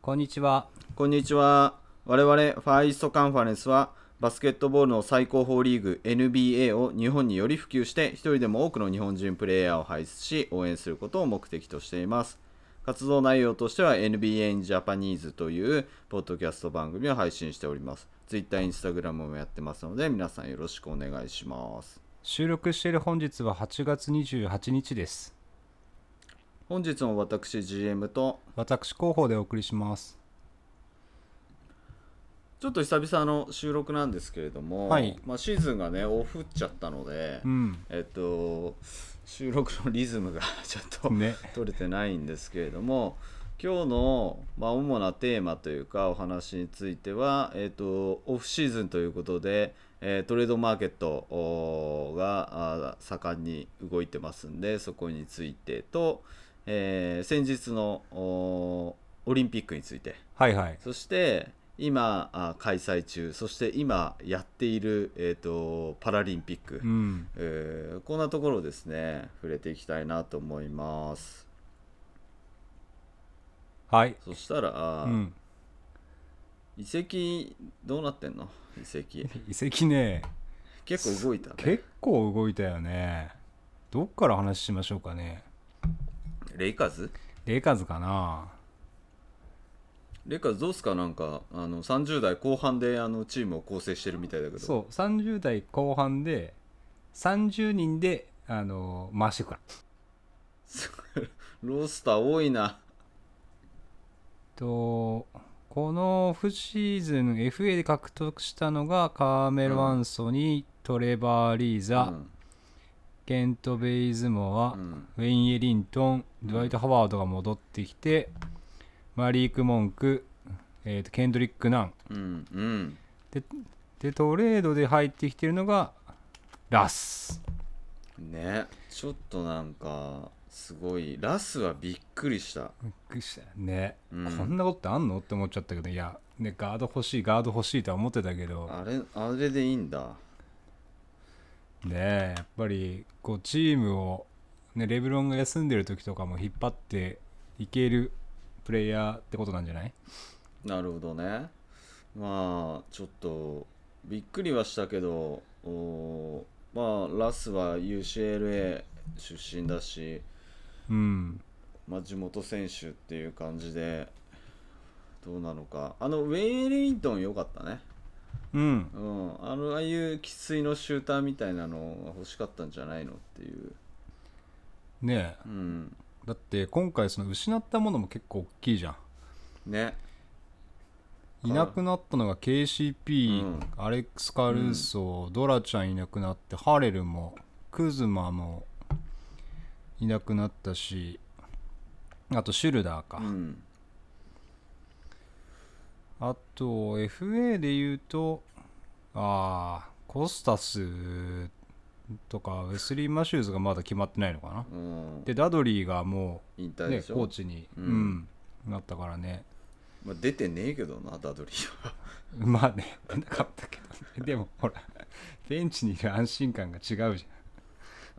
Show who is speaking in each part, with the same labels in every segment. Speaker 1: こんにちは。
Speaker 2: こんにちは。我々ファーイーストカンファレンスはバスケットボールの最高峰リーグ NBA を日本により普及して一人でも多くの日本人プレイヤーを輩出し応援することを目的としています。活動内容としては NBA in Japanese というポッドキャスト番組を配信しております。Twitter、Instagram もやってますので皆さんよろしくお願いします。
Speaker 1: 収録している本日は8月28日です。
Speaker 2: 本日も私 GM と
Speaker 1: 私広報でお送りします。
Speaker 2: ちょっと久々の収録なんですけれども、
Speaker 1: はい
Speaker 2: まあ、シーズンがねオフっちゃったので、
Speaker 1: うん。
Speaker 2: えっと、収録のリズムが ちょっと
Speaker 1: ね。
Speaker 2: 取れてないんですけれども今日の、まあ、主なテーマというかお話については、えっと、オフシーズンということで、えートレードマーケットおーがあー盛んに動いてますんでそこについてと、えー先日のおーオリンピックについて
Speaker 1: はいはい。
Speaker 2: そして今あ開催中そして今やっている、えー、とパラリンピック。
Speaker 1: うん。
Speaker 2: えーこんなところをですね触れていきたいなと思います
Speaker 1: はい。
Speaker 2: そしたら、
Speaker 1: うん。
Speaker 2: 遺跡どうなってんの遺跡
Speaker 1: 遺跡ね、
Speaker 2: 結構動いたね
Speaker 1: 結構動いたよね。どっから話しましょうかね。
Speaker 2: レイカーズ
Speaker 1: レイカーズかな。
Speaker 2: レイカーズどうすかなんかあの30代後半であのチームを構成してるみたいだけど
Speaker 1: そう、30代後半で、30人で、あのー回していくから。
Speaker 2: ロースター多いな
Speaker 1: とこのオフシーズン FA で獲得したのがカーメル・ワンソニー、トレバー・リーザ、ケント・ベイズモア、
Speaker 2: うんうん
Speaker 1: ウェイン・エリントンドワイト・ハワードが戻ってきてマリーク・モンク、えーとケンドリック・ナン
Speaker 2: うんうん
Speaker 1: でトレードで入ってきてるのがラス
Speaker 2: ねちょっとなんかすごいラスはびっくりした
Speaker 1: びっくりしたよね、
Speaker 2: うん
Speaker 1: こんなことってあんのって思っちゃったけどいや、ね、ガード欲しいガード欲しいとは思ってたけど
Speaker 2: あれあれでいいんだ
Speaker 1: ねえやっぱりこうチームを、ね、レブロンが休んでる時とかも引っ張っていけるプレイヤーってことなんじゃない
Speaker 2: なるほどね。まあちょっとびっくりはしたけどおーまあラスは UCLA 出身だし、
Speaker 1: うん
Speaker 2: まあ、地元選手っていう感じでどうなのかあのウェイエリントン良かったね、
Speaker 1: うん
Speaker 2: うん、あのああいう生粋のシューターみたいなのが欲しかったんじゃないのっていう、
Speaker 1: ねえ
Speaker 2: うん、
Speaker 1: だって今回その失ったものも結構大きいじゃ
Speaker 2: ね
Speaker 1: んいなくなったのが KCP、
Speaker 2: うん
Speaker 1: アレックス・カルーソー、ドラちゃんいなくなってハレルもクズマもいなくなったしあとシュルダーか、
Speaker 2: うん
Speaker 1: あと FA で言うとああコスタスとかウェスリー・マシューズがまだ決まってないのかな
Speaker 2: うん、
Speaker 1: でダドリーがも
Speaker 2: 引
Speaker 1: う、
Speaker 2: 退
Speaker 1: ね、
Speaker 2: でし
Speaker 1: コ
Speaker 2: ょ、
Speaker 1: ーチに、う
Speaker 2: うん
Speaker 1: んなったからね
Speaker 2: まあ、出てねえけどなダドリーは
Speaker 1: まあね 出なかったけどねでもほらベンチにいる安心感が違うじ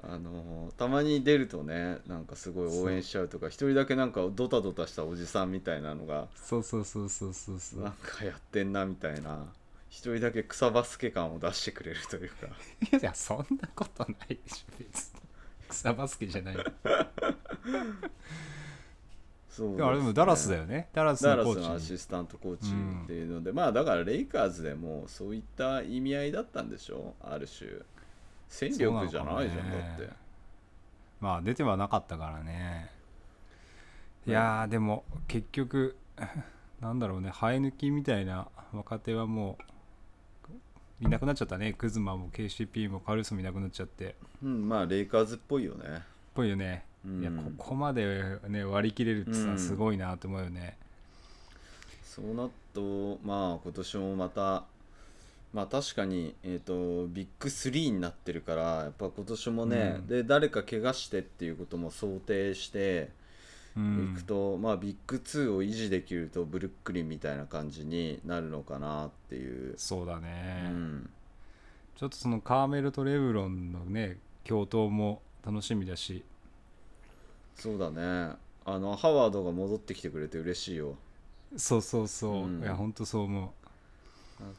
Speaker 2: あのーたまに出るとねなんかすごい応援しちゃうとか一人だけなんかドタドタしたおじさんみたいなのが
Speaker 1: ゃんそうそうそうそうそうそ
Speaker 2: なん
Speaker 1: う
Speaker 2: かやってんなみたいな一人だけ草バスケ感を出してくれるという か
Speaker 1: いやそんなことないでしょ別に草バスケじゃない
Speaker 2: そう
Speaker 1: でもあれでもダラスだ
Speaker 2: よ
Speaker 1: よねダラス
Speaker 2: ダ
Speaker 1: の
Speaker 2: ラ
Speaker 1: コ
Speaker 2: スの
Speaker 1: ー
Speaker 2: ア
Speaker 1: チ
Speaker 2: シ
Speaker 1: に
Speaker 2: スタントコーチっていうので、まあだからレイカーズでもそういった意味合いだったんでしょある種戦力じゃないじ
Speaker 1: そ
Speaker 2: ゃん、
Speaker 1: うなのかもね
Speaker 2: だって
Speaker 1: まあ出てはなかったからねいやーでも結局 なんだろうね生え抜きみたいな若手はもういなくなっちゃったねクズマも KCP もカルーソもいなくなっちゃってっ
Speaker 2: うんまあレイカーズっぽいよね
Speaker 1: ぽいよね、
Speaker 2: うん
Speaker 1: いやここまで、ね、割り切れるって
Speaker 2: う
Speaker 1: さ
Speaker 2: ん
Speaker 1: すごいなと思うよね、
Speaker 2: そうなっとまあ今年もまたまあ確かに、えー、とビッグ3になってるからやっぱ今年もね、
Speaker 1: うん
Speaker 2: で誰か怪我してっていうことも想定して
Speaker 1: うん
Speaker 2: いくと、まあビッグ2を維持できるとブルックリンみたいな感じになるのかなっていう、
Speaker 1: そうだ
Speaker 2: う
Speaker 1: ね、
Speaker 2: ん、
Speaker 1: ちょっとそのカーメルとレブロンのね共闘も楽しみだし
Speaker 2: そうだねあのハワードが戻ってきてくれて嬉しいよ
Speaker 1: そうそうそう、
Speaker 2: うん
Speaker 1: いや本当そう思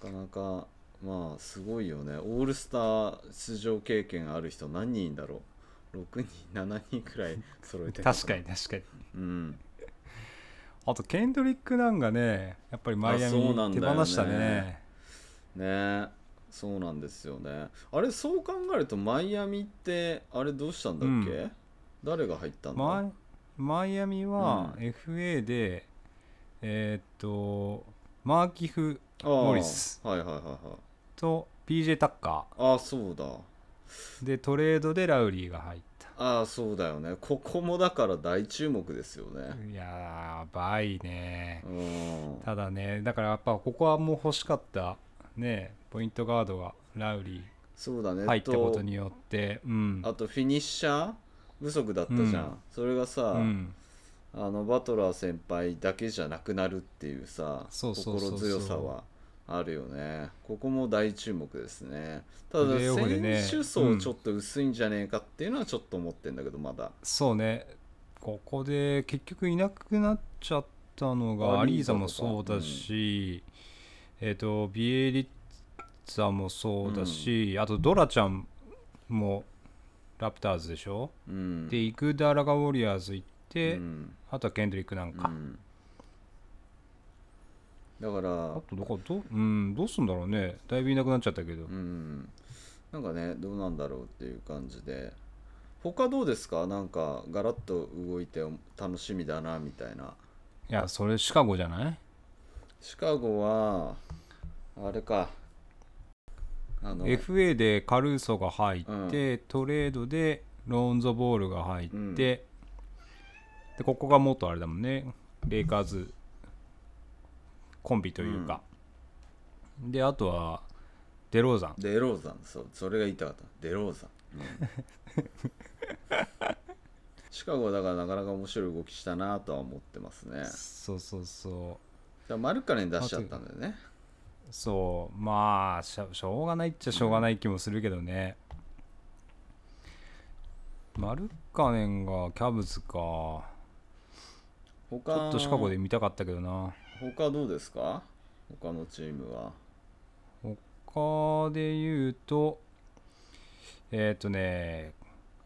Speaker 2: なかなかまあすごいよねオールスター出場経験ある人何人いんだろう6人7人くらい揃え
Speaker 1: う
Speaker 2: てんの
Speaker 1: 確かに確かに
Speaker 2: なうん
Speaker 1: あとケンドリック・なんがねやっぱりマイアミ
Speaker 2: あそうなんだ
Speaker 1: 手
Speaker 2: よね
Speaker 1: 放したね
Speaker 2: ねえそうなんですよねあれそう考えるとマイアミってあれどうしたんだっけ、
Speaker 1: うん
Speaker 2: 誰が入ったんだ、
Speaker 1: マイマイアミは
Speaker 2: う
Speaker 1: FA で、えーっとマーキフ
Speaker 2: あー
Speaker 1: モリス
Speaker 2: はいはいはいはい
Speaker 1: と PJ タッカ
Speaker 2: ああそうだ
Speaker 1: ーでトレードでラウリーが入った
Speaker 2: ああそうだよねここもだから大注目ですよね
Speaker 1: やばいね
Speaker 2: うん
Speaker 1: ただねだからやっぱここはもう欲しかったねポイントガードがラウリ
Speaker 2: そうだね
Speaker 1: ー入ったことによってうん
Speaker 2: あとフィニッシャー不足だったじゃん、
Speaker 1: うん
Speaker 2: それがさ、
Speaker 1: うん
Speaker 2: あのバトラー先輩だけじゃなくなるっていうさ
Speaker 1: そうそうそうそう
Speaker 2: 心強さはあるよねここも大注目ですねただ
Speaker 1: プレーオフでね
Speaker 2: 選手
Speaker 1: う
Speaker 2: 層
Speaker 1: ん
Speaker 2: ちょっと薄いんじゃねえかっていうのはちょっと思ってんだけどまだ、
Speaker 1: そうねここで結局いなくなっちゃったのが
Speaker 2: ア
Speaker 1: ア
Speaker 2: リ
Speaker 1: リ
Speaker 2: ー
Speaker 1: ーザ
Speaker 2: ザとか
Speaker 1: もそうだし、えっ、とビエリッツァもそうだし、あとドラちゃんもラプターズでしょ、
Speaker 2: うん、
Speaker 1: でイクダラがウォリアーズ行って、
Speaker 2: うん
Speaker 1: あとはケンドリックなん
Speaker 2: う
Speaker 1: か、
Speaker 2: んだか
Speaker 1: あ
Speaker 2: ら
Speaker 1: とどこど,、うん、どうすんだろうねだいぶいなくなっちゃったけど、
Speaker 2: うんなんかねどうなんだろうっていう感じで他どうですかなんかガラッと動いて楽しみだなみたいない
Speaker 1: やそれシカゴじゃない
Speaker 2: シカゴはあれかあの
Speaker 1: FA でカルーソが入って、トレードでローンゾボールが入って、
Speaker 2: うん
Speaker 1: でここがもっとあれだもんねレイカーズコンビというか、であとはデローザン
Speaker 2: デローザンそうそれが言いたかったデローザン、シカゴはだからなかなか面白い動きしたなとは思ってますね
Speaker 1: そうそうそう
Speaker 2: じゃあマルカネン出しちゃったんだよね
Speaker 1: そうまあしょしょうがないっちゃしょうがない気もするけどね、マルカネンがキャブズかち
Speaker 2: 他
Speaker 1: ょっとシカゴで見たかったけどな
Speaker 2: 他どうですか他のチームは
Speaker 1: 他で言うとえっ、とね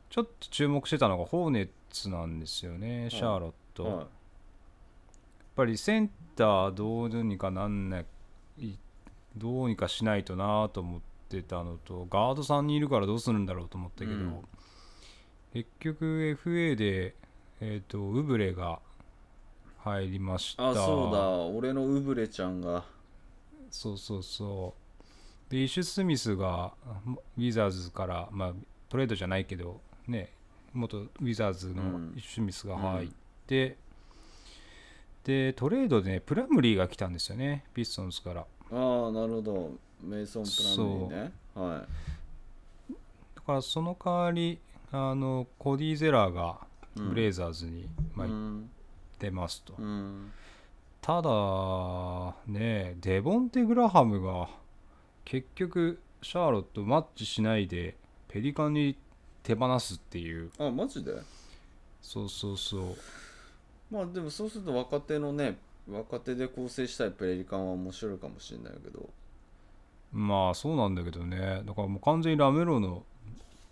Speaker 1: ちょっと注目してたのがホーネッツなんですよね、シャーロット、や
Speaker 2: は
Speaker 1: っぱりセンターどうにかなんないどうにかしないとなと思ってたのとガード3人いるからどうするんだろうと思ったけど、
Speaker 2: うん
Speaker 1: 結局 FA で、えー、とウブレが入りました
Speaker 2: あそうだ俺のウブレちゃんが
Speaker 1: そうそうそう。で、イッシュ・スミスがまウィザーズから、まあ、トレードじゃないけど、ね、元ウィザーズの
Speaker 2: うん
Speaker 1: イッシュ・スミスが入って、で、トレードでね、プラムリーが来たんですよね、ピストンズから。
Speaker 2: ああなるほどメイソン・プラムリーねは
Speaker 1: だから、その代わり、あのコディ・ゼラーが
Speaker 2: い、うん
Speaker 1: ブレイザーズに、まあ、
Speaker 2: う
Speaker 1: 行
Speaker 2: ん
Speaker 1: ってますと。
Speaker 2: うん
Speaker 1: ただ、ね、デボンテ・グラハムが結局、シャーロットマッチしないで、ペリカンに手放すっていう、
Speaker 2: あマジで
Speaker 1: そうそうそう、
Speaker 2: まあでもそうすると若手のね若手で構成したいプレリカンは面白いかもしれないけど
Speaker 1: まあそうなんだけどね、だからもう完全にラメロの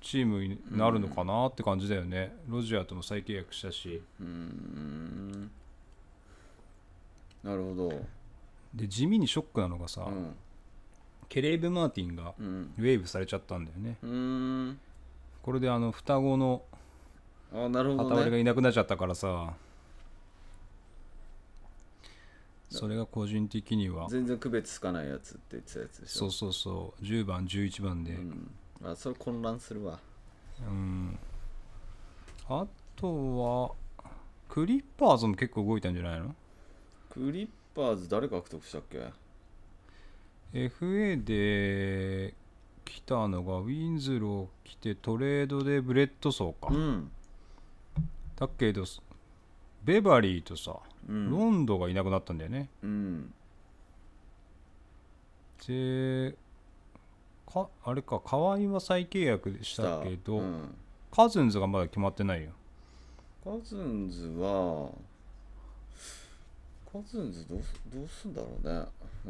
Speaker 1: チームになるのかなって感じだよね、ロジアーとも再契約したし、
Speaker 2: うーんなるほど
Speaker 1: で地味にショックなのがさ、
Speaker 2: うん
Speaker 1: ケレイブ・マーティンが
Speaker 2: うん
Speaker 1: ウェーブされちゃったんだよね。
Speaker 2: うーん
Speaker 1: これであの双子の
Speaker 2: あなるほ
Speaker 1: 片
Speaker 2: ど
Speaker 1: 割れが
Speaker 2: ね
Speaker 1: いなくなっちゃったからさそれが個人的には
Speaker 2: 全然区別つかないやつって言ってたやつでし
Speaker 1: そ
Speaker 2: ょ
Speaker 1: うそうそう10番11番で、うん
Speaker 2: ん、あそれ混乱するわ
Speaker 1: あとはクリッパーズも結構動いたんじゃないの
Speaker 2: クリッパーズ誰獲得したっけ
Speaker 1: FA で来たのがウィンズロー来てトレードでブレッドソーか、
Speaker 2: うん
Speaker 1: だけどベバリーとさ、
Speaker 2: うん
Speaker 1: ロンドがいなくなったんだよね
Speaker 2: うん
Speaker 1: でかあれか河合は再契約でし
Speaker 2: した
Speaker 1: たけど、
Speaker 2: うん
Speaker 1: カズンズがまだ決まってないよ
Speaker 2: カズンズは、カカズンズどうすどうすんだろうね。う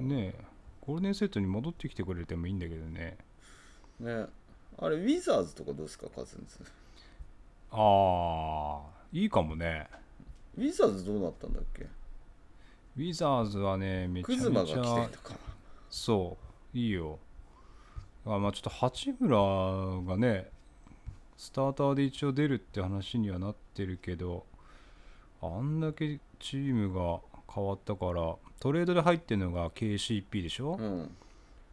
Speaker 2: ん。ね
Speaker 1: ねえゴールデンセットに戻ってきてくれてもいいんだけどね
Speaker 2: あれ、ウィザーズとかどうですか、カズンズ。
Speaker 1: ああいいかもね
Speaker 2: ウィザーズどうなったんだっけ
Speaker 1: ウィザーズはねめち
Speaker 2: ク
Speaker 1: ゃ
Speaker 2: ズマ
Speaker 1: め
Speaker 2: が来
Speaker 1: ち
Speaker 2: て
Speaker 1: ゃ
Speaker 2: たか
Speaker 1: そういいよあまあちょっと八村がねスターターで一応出るって話にはなってるけどあんだけチームが変わったからトレードで入ってるのが KCP でしょ、
Speaker 2: な。うん。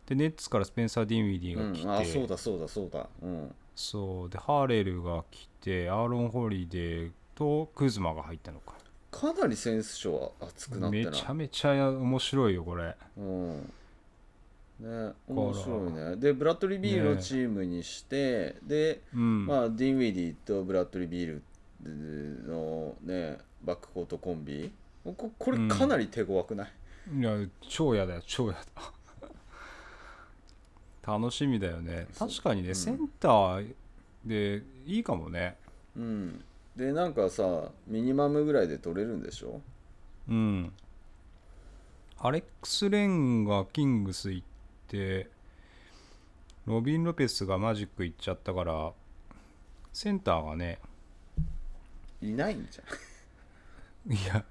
Speaker 1: でネッツからスペンサー・ディンウィディ
Speaker 2: う
Speaker 1: が来て、
Speaker 2: ん、あ、そうだ、そうだ、そうだ。うん。
Speaker 1: そうでハーレルが来てアーロン・ホリデーとクズマが入ったのか
Speaker 2: かなりセンス賞は熱くなった
Speaker 1: め
Speaker 2: な。
Speaker 1: ちゃめちゃ面白いよこれ
Speaker 2: うん。ね、面白いね。で、ブラッドリー・ビールをチームにして、で、
Speaker 1: うん、
Speaker 2: まあ、ディンウィディとブラッドリー・ビールのね、バックコートコンビ。ここれ
Speaker 1: うん
Speaker 2: かなり手強くない、
Speaker 1: いや超やだ よ超やだ楽しみだよね
Speaker 2: そう
Speaker 1: 確かにね、
Speaker 2: うん
Speaker 1: センターでいいかもね
Speaker 2: うん、でなんかさミニマムぐらいで取れるんでしょ
Speaker 1: うんアレックス・レンがキングス行ってロビン・ロペスがマジック行っちゃったからセンターがね
Speaker 2: いないんじゃ
Speaker 1: いや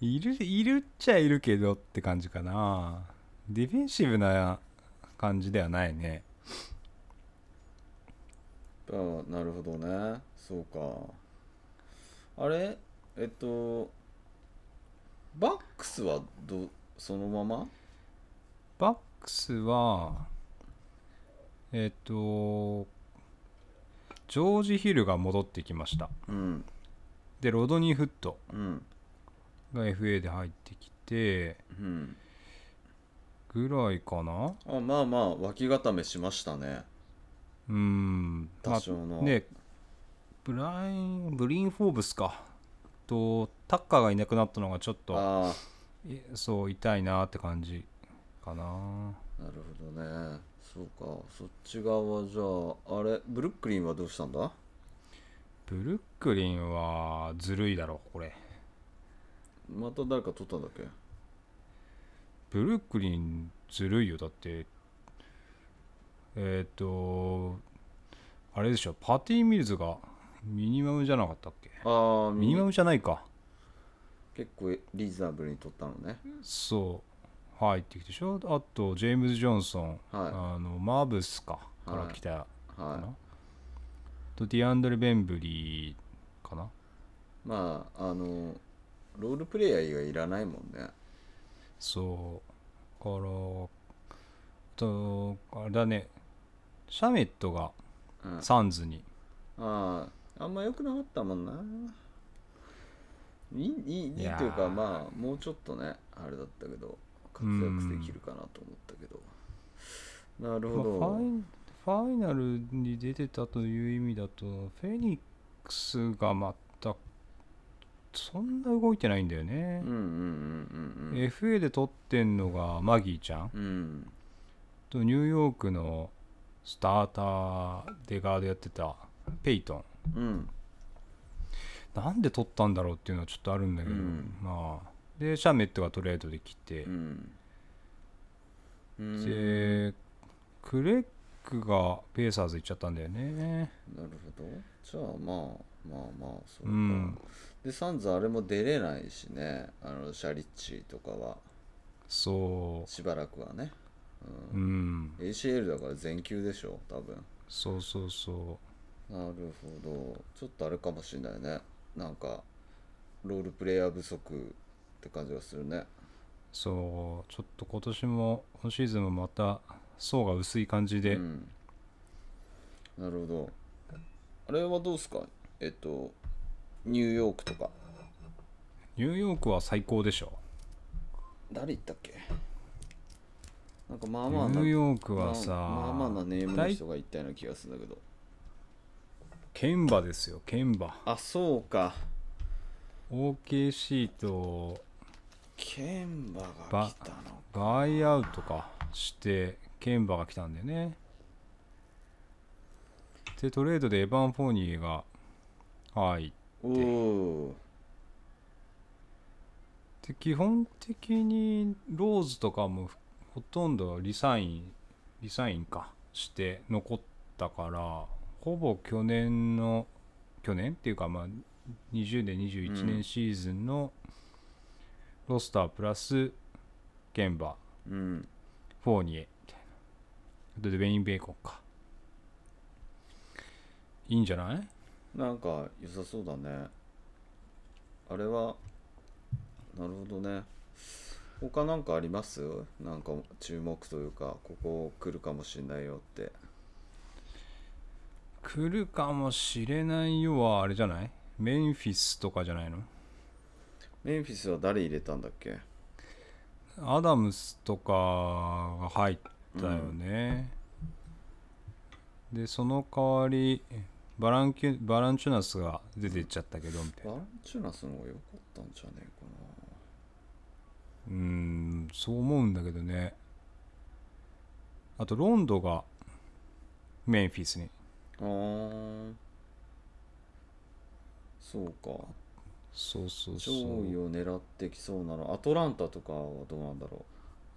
Speaker 1: いるいるっちゃいるけどって感じかなディフェンシブな感じではないね
Speaker 2: んあなるほどねそうかあれえっとバックスはどそのまま
Speaker 1: バックスはえっ、とジョージ・ヒルが戻ってきました
Speaker 2: うん
Speaker 1: でロドニー・フット
Speaker 2: うん
Speaker 1: が FA で入ってきて
Speaker 2: うん
Speaker 1: ぐらいかな
Speaker 2: あまあまあ脇固めしましたね
Speaker 1: うんま
Speaker 2: 多少の、
Speaker 1: あねブラインブリーン・フォーブスかとタッカーがいなくなったのがちょっと
Speaker 2: あ
Speaker 1: えそう痛いなって感じかな
Speaker 2: あなるほどねそうかそっち側じゃああれブルックリンはどうしたんだ
Speaker 1: ブルックリンはずるいだろこれ
Speaker 2: また誰か取ったんだっけ
Speaker 1: ブルックリンずるいよだってえっ、とあれでしょパティ・ミルズがミニマムじゃなかったっけ
Speaker 2: ああ
Speaker 1: ミニマムじゃないか
Speaker 2: 結構リーズナブルに取ったのね
Speaker 1: そう入ってきてでしょあとジェームズ・ジョンソン、
Speaker 2: は
Speaker 1: あのマーブスか
Speaker 2: い
Speaker 1: から来たか
Speaker 2: い
Speaker 1: な、
Speaker 2: はい
Speaker 1: とディアンドレ・ベンブリーかな
Speaker 2: まああのロールプレイヤー以外いらないもんね
Speaker 1: そうからとあれだねシャメットが
Speaker 2: うんあ
Speaker 1: サンズに
Speaker 2: ああんま良くなかったもんないいいいいい
Speaker 1: いやー
Speaker 2: というかまあもうちょっとねあれだったけど活躍できるかなと思ったけどなるほど、
Speaker 1: まあファイファイナルに出てたという意味だとフェニックスがまたそんな動いてないんだよね
Speaker 2: うん、うんうんうんうん
Speaker 1: FA で取ってんのがマギーちゃん
Speaker 2: うん
Speaker 1: とニューヨークのスターターでガードやってたペイトン
Speaker 2: うん
Speaker 1: なんで取ったんだろうっていうのはちょっとあるんだけど、
Speaker 2: うん
Speaker 1: まあでシャメットがトレードで来て
Speaker 2: う、んうん
Speaker 1: でクレッグがペイサーズ行っちゃったんだよね
Speaker 2: なるほどじゃあまあまあまあそうか、
Speaker 1: うん
Speaker 2: でサンズあれも出れないしねあのシャリッチとかは
Speaker 1: そ
Speaker 2: しばらくはね、
Speaker 1: ううん
Speaker 2: うん、ACL だから全休でしょ多分
Speaker 1: そうそうそ
Speaker 2: なるほどちょっとあれかもしれないねなんかロールプレイヤー不足って感じがするね
Speaker 1: うそうちょっと今年も今シーズンもまた層が薄い感じで、
Speaker 2: うん、なるほどあれはどうですかえっとニューヨークとか
Speaker 1: ニューヨークは最高でしょ
Speaker 2: 誰行ったっけなんかまあ
Speaker 1: ニ
Speaker 2: まあ
Speaker 1: ュ
Speaker 2: な
Speaker 1: ーヨークはさ、
Speaker 2: まあまあまあなネームの
Speaker 1: 大
Speaker 2: 人が言ったような気がするんだけど
Speaker 1: ケンバですよケンバ
Speaker 2: あそうか
Speaker 1: OKC と
Speaker 2: ケンバが
Speaker 1: バ
Speaker 2: 来たの
Speaker 1: バイアウトかしてケンバが来たんだよねでトレードでエヴァン・フォーニーがはい
Speaker 2: おお
Speaker 1: で基本的にローズとかもほとんどリサインリサインかして残ったからほぼ去年の去年っていうかまあ20年21
Speaker 2: う
Speaker 1: 年
Speaker 2: ん
Speaker 1: シーズンのロスタープラスゲンバ
Speaker 2: うん
Speaker 1: フォーニエみたいなあとでウェイン・ベーコンかいいんじゃない
Speaker 2: なんか良さそうだねあれはなるほどね他なんかありますなんか注目というかここ来るかもしれないよって
Speaker 1: 来るかもしれないよはあれじゃないメンフィスとかじゃないの
Speaker 2: メンフィスは誰入れたんだっけ
Speaker 1: アダムスとかが入ったよね、でその代わりバランキュバランチュナスが出てっちゃったけどみたい
Speaker 2: バ
Speaker 1: な
Speaker 2: ランチュナスの方が良かったんじゃねえ
Speaker 1: うーんそう思うんだけどねあとロンドがメンフィスに
Speaker 2: かなあーそうか
Speaker 1: そうそうそ
Speaker 2: 上
Speaker 1: う
Speaker 2: 位を狙ってきそうなのアトランタとかはどうなんだろ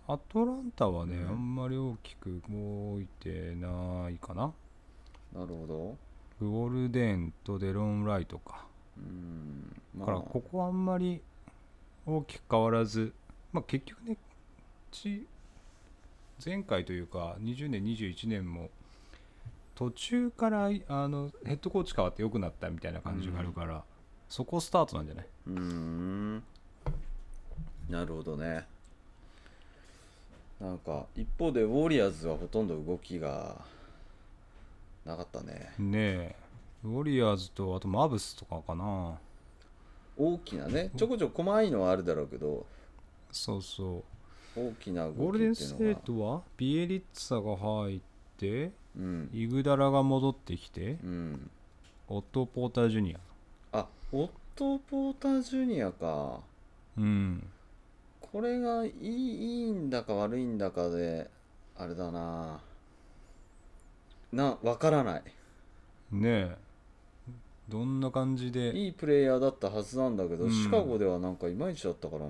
Speaker 1: アトランタはね、
Speaker 2: うん
Speaker 1: あんまり大きく動いてないかな
Speaker 2: うなるほど
Speaker 1: ウォルデンとデロン・ライトか
Speaker 2: うん
Speaker 1: だ
Speaker 2: ま
Speaker 1: からここはあんまり大きく変わらず、まあ、結局ねち前回というか20年21年も途中からいあのヘッドコーチ変わって良くなったみたいな感じがあるから、そこスタートなんじゃないう
Speaker 2: ーんなるほどねなんか一方でウォリアーズはほとんど動きがなかったね
Speaker 1: ねえウォリアーズとあとマブスとかかな
Speaker 2: 大きなねちょこちょこ細いのはあるだろうけど
Speaker 1: そうそう
Speaker 2: 大きな動きっていうのが
Speaker 1: ゴールデンステートはビエリッツァが入って
Speaker 2: うん
Speaker 1: イグダラが戻ってきて
Speaker 2: うん
Speaker 1: オットー・ポーター・ジュニア
Speaker 2: あオットー・ポーター・ジュニアか
Speaker 1: うん
Speaker 2: これがいいいいんだか悪いんだかであれだななわからない
Speaker 1: ねえどんな感じで
Speaker 2: いいプレイヤーだったはずなんだけど、
Speaker 1: うん
Speaker 2: シカゴではなんかいまいちだったからな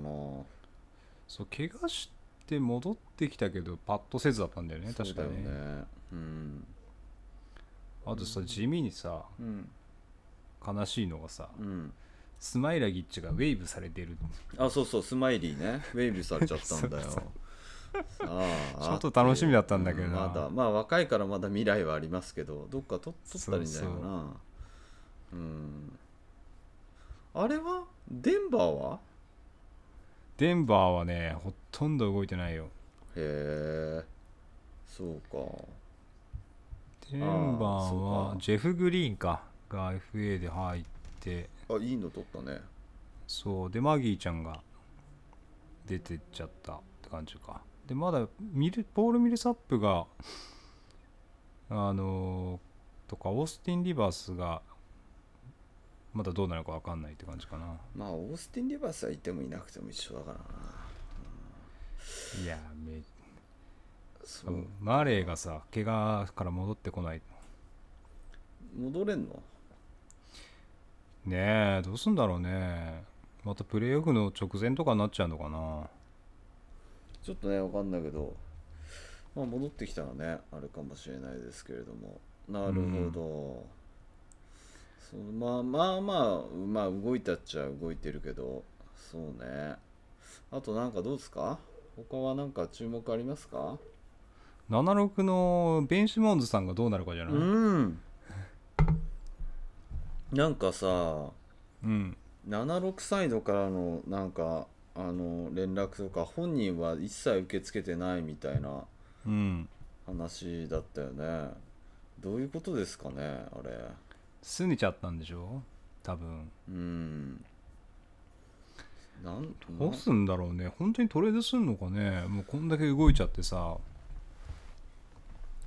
Speaker 1: そう怪我して戻ってきたけどパッとせずだったんだよね
Speaker 2: そう
Speaker 1: 確か
Speaker 2: だよ
Speaker 1: にね
Speaker 2: ねうん
Speaker 1: あとさ地味にさ
Speaker 2: うん
Speaker 1: 悲しいのがさ
Speaker 2: うん
Speaker 1: スマイラギッチがウェーブされてる
Speaker 2: あそうそうスマイリ ーねウェイブされちゃったんだよ
Speaker 1: そう
Speaker 2: ああ
Speaker 1: ちょっと楽しみだったんだけどな
Speaker 2: うまだまあ若いからまだ未来はありますけどどっか取取ったらいいんじゃないかなうんあれはデンバーは
Speaker 1: デンバーはねほとんど動いてないよ
Speaker 2: へえそうか
Speaker 1: デンバー
Speaker 2: そう
Speaker 1: は
Speaker 2: か
Speaker 1: ジェフ・グリーンかが FA で入って
Speaker 2: あいいの取ったね
Speaker 1: そうでマギーちゃんが出てっちゃったって感じかでまだミルポール・ミルサップがあのーとかオースティン・リバースがまだどうなるか分かんないって感じかな
Speaker 2: まあオースティン・リバースはいてもいなくても一緒だからない
Speaker 1: やめ
Speaker 2: そう、
Speaker 1: マレーがさ怪我から戻ってこない
Speaker 2: 戻れんの
Speaker 1: ねえどうすんだろうねまたプレーオフの直前とかになっちゃうのかな
Speaker 2: ちょっとね、わかんないけど、まあ、戻ってきたらね、あるかもしれないですけれども、なるほど。そうまあまあまあ、まあ、動いたっちゃ動いてるけど、そうね。あと、なんかどうですか他はなんか注目ありますか
Speaker 1: 76のベン・シモンズさんがどうなるかじゃない、
Speaker 2: うん。なんかさ、
Speaker 1: うん、
Speaker 2: 76サイドからのなんかあの連絡とか本人は一切受け付けてないみたいな
Speaker 1: うん
Speaker 2: 話だったよねどういうことですかねあれ
Speaker 1: すねちゃったんでしょ多分
Speaker 2: うんなん
Speaker 1: どうすんだろうね本当にトレードすんのかねもうこんだけ動いちゃってさ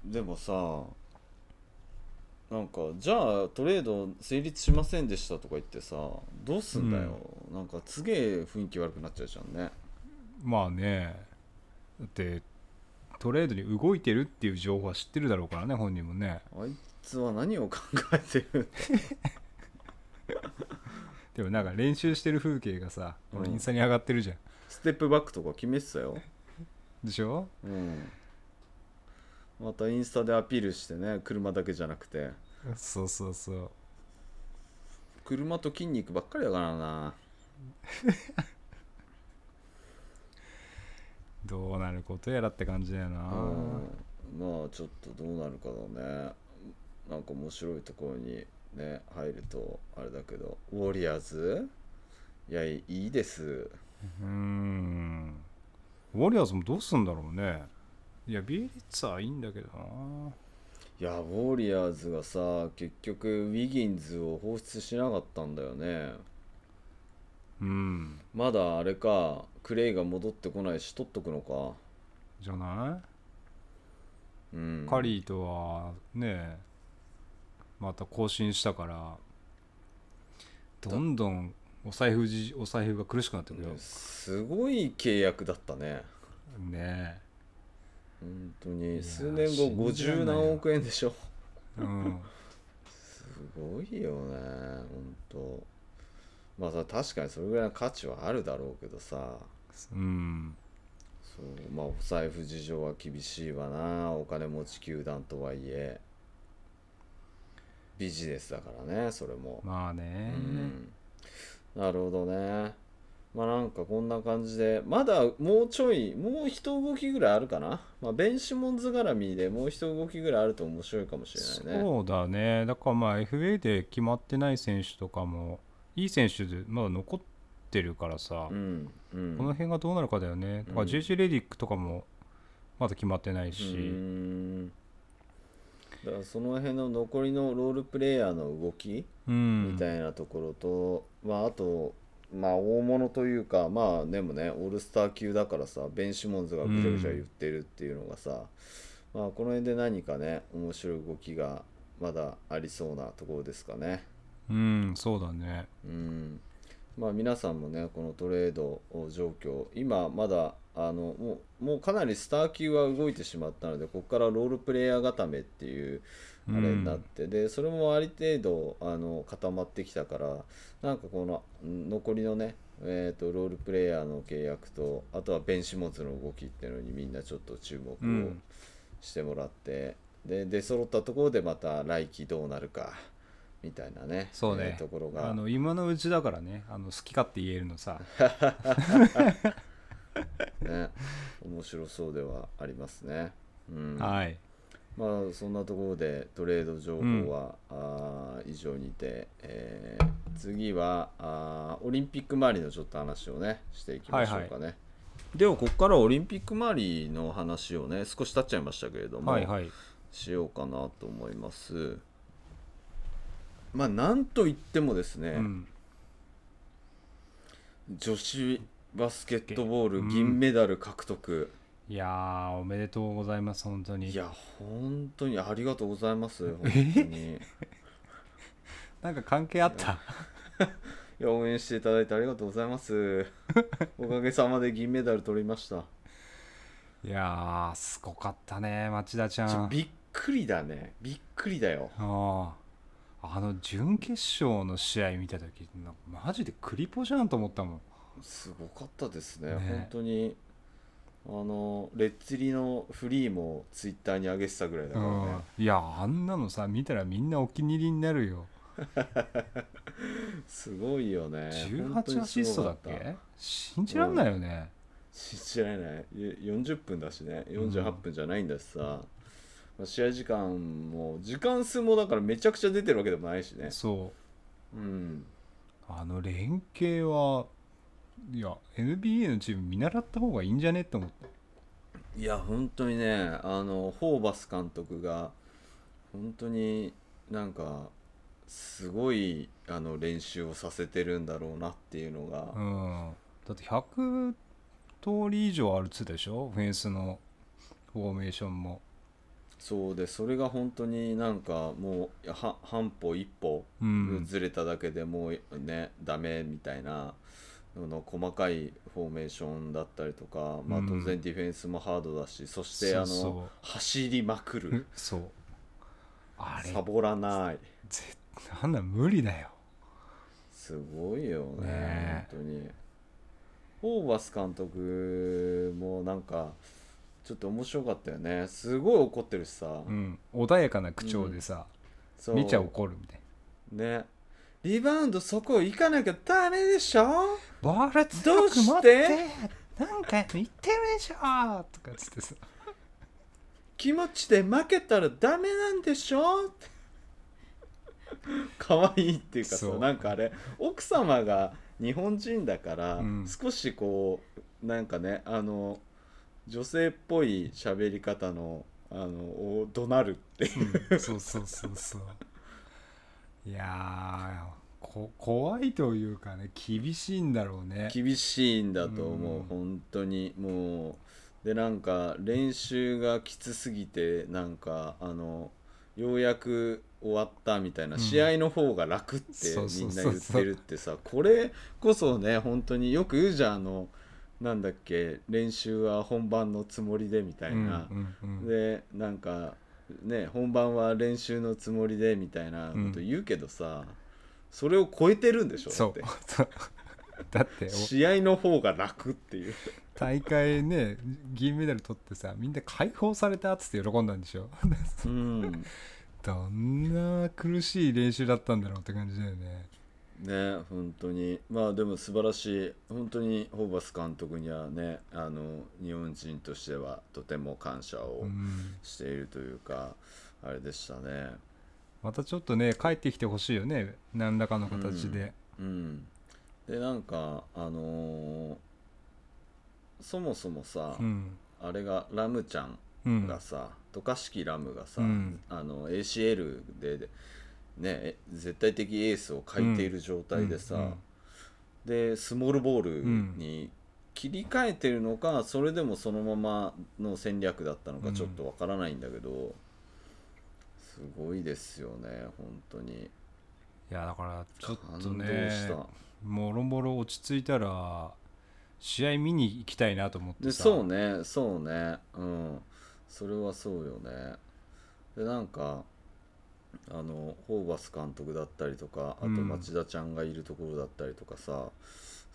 Speaker 2: でもさなんかじゃあトレード成立しませんでしたとか言ってさどうすんだよ、なんかすげえ雰囲気悪くなっちゃうじゃんね
Speaker 1: まあねだってトレードに動いてるっていう情報は知ってるだろうからね本人もね
Speaker 2: あいつは何を考えてる
Speaker 1: でもなんか練習してる風景がさ俺
Speaker 2: うん
Speaker 1: インスタに上がってるじゃん、
Speaker 2: ステップバックとか決めてたよ、
Speaker 1: でしょ
Speaker 2: うん、またインスタでアピールしてね車だけじゃなくて
Speaker 1: そうそうそう
Speaker 2: 車と筋肉ばっかりだからな
Speaker 1: どうなることやらって感じだよな、
Speaker 2: うんまあちょっとどうなるかだねなんか面白いところにね入るとあれだけどウォリアーズいやいいです
Speaker 1: うーんウォリアーズもどうすんだろうねいやビエリッツァはいいんだけどない
Speaker 2: やウォリアーズがさ結局ウィギンズを放出しなかったんだよね
Speaker 1: うん
Speaker 2: まだあれかクレイが戻ってこないし取っとくのか
Speaker 1: じゃない、
Speaker 2: うん
Speaker 1: カリーとはねまた更新したからどんどんお財布じお財布が苦しくなってくるよ、
Speaker 2: すごい契約だったね
Speaker 1: ね
Speaker 2: 本当
Speaker 1: い
Speaker 2: に
Speaker 1: や
Speaker 2: 数年後
Speaker 1: 信じらん
Speaker 2: 50
Speaker 1: ないな
Speaker 2: 何億円でしょ
Speaker 1: え、うん、
Speaker 2: すごいよね、本当。まあさ、確かにそれぐらいの価値はあるだろうけどさ、
Speaker 1: うん、
Speaker 2: そうまあ、お財布事情は厳しいわな、お金持ち球団とはいえ、ビジネスだからね、それも。
Speaker 1: まあ
Speaker 2: う
Speaker 1: ね、
Speaker 2: ん、なるほどね。まあなんかこんな感じで、まだもうちょい、もう一動きぐらいあるかな。まあ、ベンシモンズ絡みでもう一動きぐらいあると面白いかもしれないね。
Speaker 1: そうだねだからまあ FA で決まってない選手とかもいい選手でまだ残ってるからさ、
Speaker 2: うん、うん。
Speaker 1: この辺がどうなるかだよね。だか
Speaker 2: う
Speaker 1: ら
Speaker 2: ん
Speaker 1: JJ レディックとかもまだ決まってないうし、
Speaker 2: ーんだからその辺の残りのロールプレイヤーの動き
Speaker 1: うん
Speaker 2: みたいなところと、まあ、あと、まあ、大物というかまあでもねオールスター級だからさベン・シモンズがぐちゃぐちゃ言ってるっていうのがさ、まあ、この辺で何かね面白い動きがまだありそうなところですかね。
Speaker 1: うん、そうだね。
Speaker 2: うんまあ、皆さんもね、このトレード状況、今まだあのもうもうかなりスター級は動いてしまったので、ここからロールプレイヤー固めっていう
Speaker 1: う
Speaker 2: あ
Speaker 1: ん
Speaker 2: れになって、でそれもある程度あの固まってきたから、なんかこのん残りのね、えーと、ロールプレイヤーの契約と、あとはベンシモンズの動きっていうのにみんなちょっと注目を
Speaker 1: うん
Speaker 2: してもらって、で出揃ったところでまた来季どうなるかみたいなね、
Speaker 1: そう
Speaker 2: え
Speaker 1: ね
Speaker 2: ー。ところが。
Speaker 1: あの今のうちだからね、あの好き勝手言えるの さ。
Speaker 2: ね、面白そうではありますね。うん、
Speaker 1: はい。
Speaker 2: まあそんなところでトレード情報は、あー以上にて、えー次はあーオリンピック周りのちょっと話をねしていきましょうかね。ではここからオリンピック周りの話をね少し経っちゃいましたけれども、
Speaker 1: はいはい。
Speaker 2: しようかなと思います。まあなんといってもですね、
Speaker 1: うん。
Speaker 2: 女子バスケットボール銀メダル獲得。
Speaker 1: いやー、おめでとうございます、本当に。
Speaker 2: いや、本当にありがとうございます。本当に。い
Speaker 1: なんか関係あった。
Speaker 2: や、応援していただいてありがとうござい ます。おかげさまで銀メダル取りました。
Speaker 1: いやー、すごかったね、町田ちゃ
Speaker 2: ちょ
Speaker 1: ん。
Speaker 2: びっくりだね。びっくりだよ。
Speaker 1: ああ。あの準決勝の試合見た時なんかマジでクリポじゃんと思ったもん
Speaker 2: すごかったですね。
Speaker 1: ね
Speaker 2: 本当に。あの、レッツリのフリーもツイッターに上げてたぐらいだからね。
Speaker 1: うんいやあんなのさ見たらみんなお気に入りになるよ
Speaker 2: すごいよね。本当
Speaker 1: 18
Speaker 2: に
Speaker 1: アシス
Speaker 2: す
Speaker 1: ト
Speaker 2: ご
Speaker 1: だ
Speaker 2: か
Speaker 1: ったけ信じらんないよね、
Speaker 2: 信じられないゆ40分だしね48分じゃないんだしさ、まあ試合時間も時間数もだからめちゃくちゃ出てるわけでもないしね
Speaker 1: そう
Speaker 2: うん
Speaker 1: あの連携はいや NBA のチーム見習った方がいいんじゃねって思った
Speaker 2: いや本当にねあのホーバス監督が本当になんかすごいあの練習をさせてるんだろうなっていうのが、
Speaker 1: うんだって100通り以上あるっつってたでしょフェンスのフォーメーションも
Speaker 2: そうでそれが本当になんかもうは半歩一歩
Speaker 1: うん
Speaker 2: ずれただけでもうねダメみたいなのの細かいフォーメーションだったりとか、まあ、
Speaker 1: うん
Speaker 2: 当然ディフェンスもハードだしそして
Speaker 1: そ
Speaker 2: あ
Speaker 1: う
Speaker 2: の
Speaker 1: そう
Speaker 2: 走りまくる
Speaker 1: そうあれ
Speaker 2: サボらない
Speaker 1: 絶あんなん無理だよ
Speaker 2: すすごいよね
Speaker 1: ね
Speaker 2: 本当にホーバス監督もなんかちょっと面白かったよねすごい怒ってるしさ、
Speaker 1: うん、穏やかな口調でさ、
Speaker 2: そう
Speaker 1: 見ちゃ怒るみたい
Speaker 2: ねリバウンドそこ行かなきゃダメでしょ
Speaker 1: なボール
Speaker 2: どうして
Speaker 1: なんか言ってるでしょとかっつってさ
Speaker 2: 気持ちで負けたらダメなんでしょ可愛いっていうかさ
Speaker 1: そう
Speaker 2: なんかあれ奥様が日本人だから、
Speaker 1: うん
Speaker 2: 少しこうなんかねあの女性っぽい喋り方のあのお怒鳴るっていう
Speaker 1: うんそうそうそうそういやーこ怖いというかね厳しいんだろうね
Speaker 2: 厳しいんだと思う、
Speaker 1: うん
Speaker 2: 本当にもうでなんか練習がきつすぎてなんかあのようやく終わったみたいな、
Speaker 1: うん
Speaker 2: 試合の方が楽って
Speaker 1: そう
Speaker 2: み
Speaker 1: そうん
Speaker 2: な
Speaker 1: そうそう
Speaker 2: 言ってるってさこれこそね本当によく言うじゃんあのなんだっけ練習は本番のつもりでみたいな、
Speaker 1: うんうんうん、
Speaker 2: でなんかね本番は練習のつもりでみたいなこと言うけどさ、それを超えてるんでしょ
Speaker 1: そ
Speaker 2: っ
Speaker 1: う
Speaker 2: て。
Speaker 1: そう だってお
Speaker 2: 試合の方が楽っていう
Speaker 1: 大会ね銀メダル取ってさみんな解放されたっつって喜んだんでしょ
Speaker 2: うん
Speaker 1: どんな苦しい練習だったんだろうって感じだよね
Speaker 2: ね本当にまあでも素晴らしい本当にホーバス監督にはねあの日本人としてはとても感謝
Speaker 1: う
Speaker 2: を
Speaker 1: ん
Speaker 2: しているというか、あれでしたね
Speaker 1: またちょっとね帰ってきてほしいよね何らかの形で、
Speaker 2: うんでなんかあのーそもそもさ、
Speaker 1: うん
Speaker 2: あれがラムちゃん
Speaker 1: うん
Speaker 2: がさ、渡嘉敷ラムがさ、
Speaker 1: うん
Speaker 2: あの ACL でね絶対的エースを欠いている状態でさ、
Speaker 1: うんうん
Speaker 2: でスモールボールに切り替えてるのか、それでもそのままの戦略だったの
Speaker 1: う
Speaker 2: か
Speaker 1: ん
Speaker 2: ちょっとわからないんだけど、すごいですよね本当に
Speaker 1: いやだからちょっ
Speaker 2: 感
Speaker 1: と
Speaker 2: 動
Speaker 1: ね
Speaker 2: した、
Speaker 1: もろもろ落ち着いたら試合見に行きたいなと思って
Speaker 2: で
Speaker 1: さ
Speaker 2: そうねそうねうんそれはそうよねでなんかあのホーバス監督だったりとかあと
Speaker 1: うん
Speaker 2: 町田ちゃんがいるところだったりとかさ、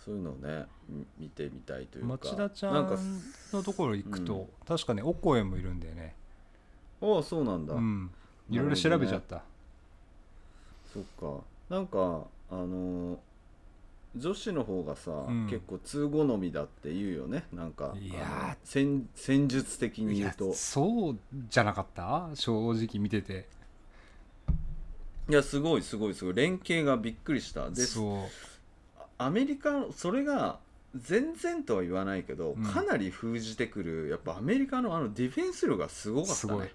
Speaker 2: そういうのをねみ見てみたいというか
Speaker 1: 町田ちゃ
Speaker 2: なんか
Speaker 1: んのところ行くと、
Speaker 2: うん
Speaker 1: 確かねお声もいるんだよね
Speaker 2: ああそうなんだ、
Speaker 1: うんいろいろ
Speaker 2: なるほどね
Speaker 1: 調べちゃった、
Speaker 2: そっかなんかあの女子の方がさ、
Speaker 1: ん
Speaker 2: 結構通好みだって言うよねなんか
Speaker 1: いやー
Speaker 2: あの戦戦術的に
Speaker 1: い
Speaker 2: 言う
Speaker 1: や
Speaker 2: と
Speaker 1: そうじゃなかった正直見てて
Speaker 2: いやすごいすごいすごい連携がびっくりしたで
Speaker 1: そ
Speaker 2: アメリカそれが全然とは言わないけど、
Speaker 1: うん
Speaker 2: かなり封じてくるやっぱアメリカのあのディフェンス量がすご
Speaker 1: う
Speaker 2: かっ
Speaker 1: す
Speaker 2: た
Speaker 1: ごい
Speaker 2: ね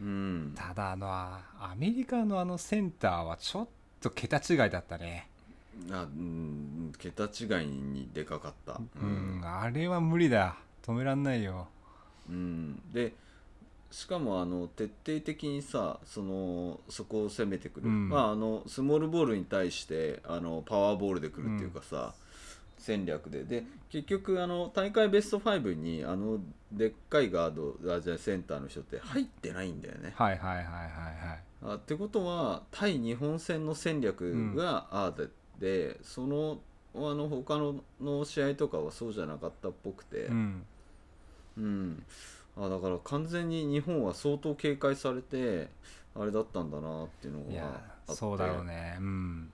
Speaker 2: うん
Speaker 1: うんただあのアメリカのあのセンターはちょっと桁違いだったね
Speaker 2: あうん桁違いにでかかった
Speaker 1: うん、あれは無理だ止めらんないよ
Speaker 2: うん、でしかもあの徹底的にさそのそこを攻めてくる、
Speaker 1: うん
Speaker 2: まあ、あのスモールボールに対してあのパワーボールでくるっていうかさ、戦略でで結局あの大会ベスト5にあのでっかいガードあじゃあセンターの人って入ってないんだよね。
Speaker 1: はいはいはいはいはい
Speaker 2: あってことは対日本戦の戦略がああで,、でそのあの他のの試合とかはそうじゃなかったっぽくて。
Speaker 1: うん
Speaker 2: うん、あだから完全に日本は相当警戒されてあれだったんだなっていうの
Speaker 1: い
Speaker 2: が
Speaker 1: や
Speaker 2: あって
Speaker 1: そうだろうねうん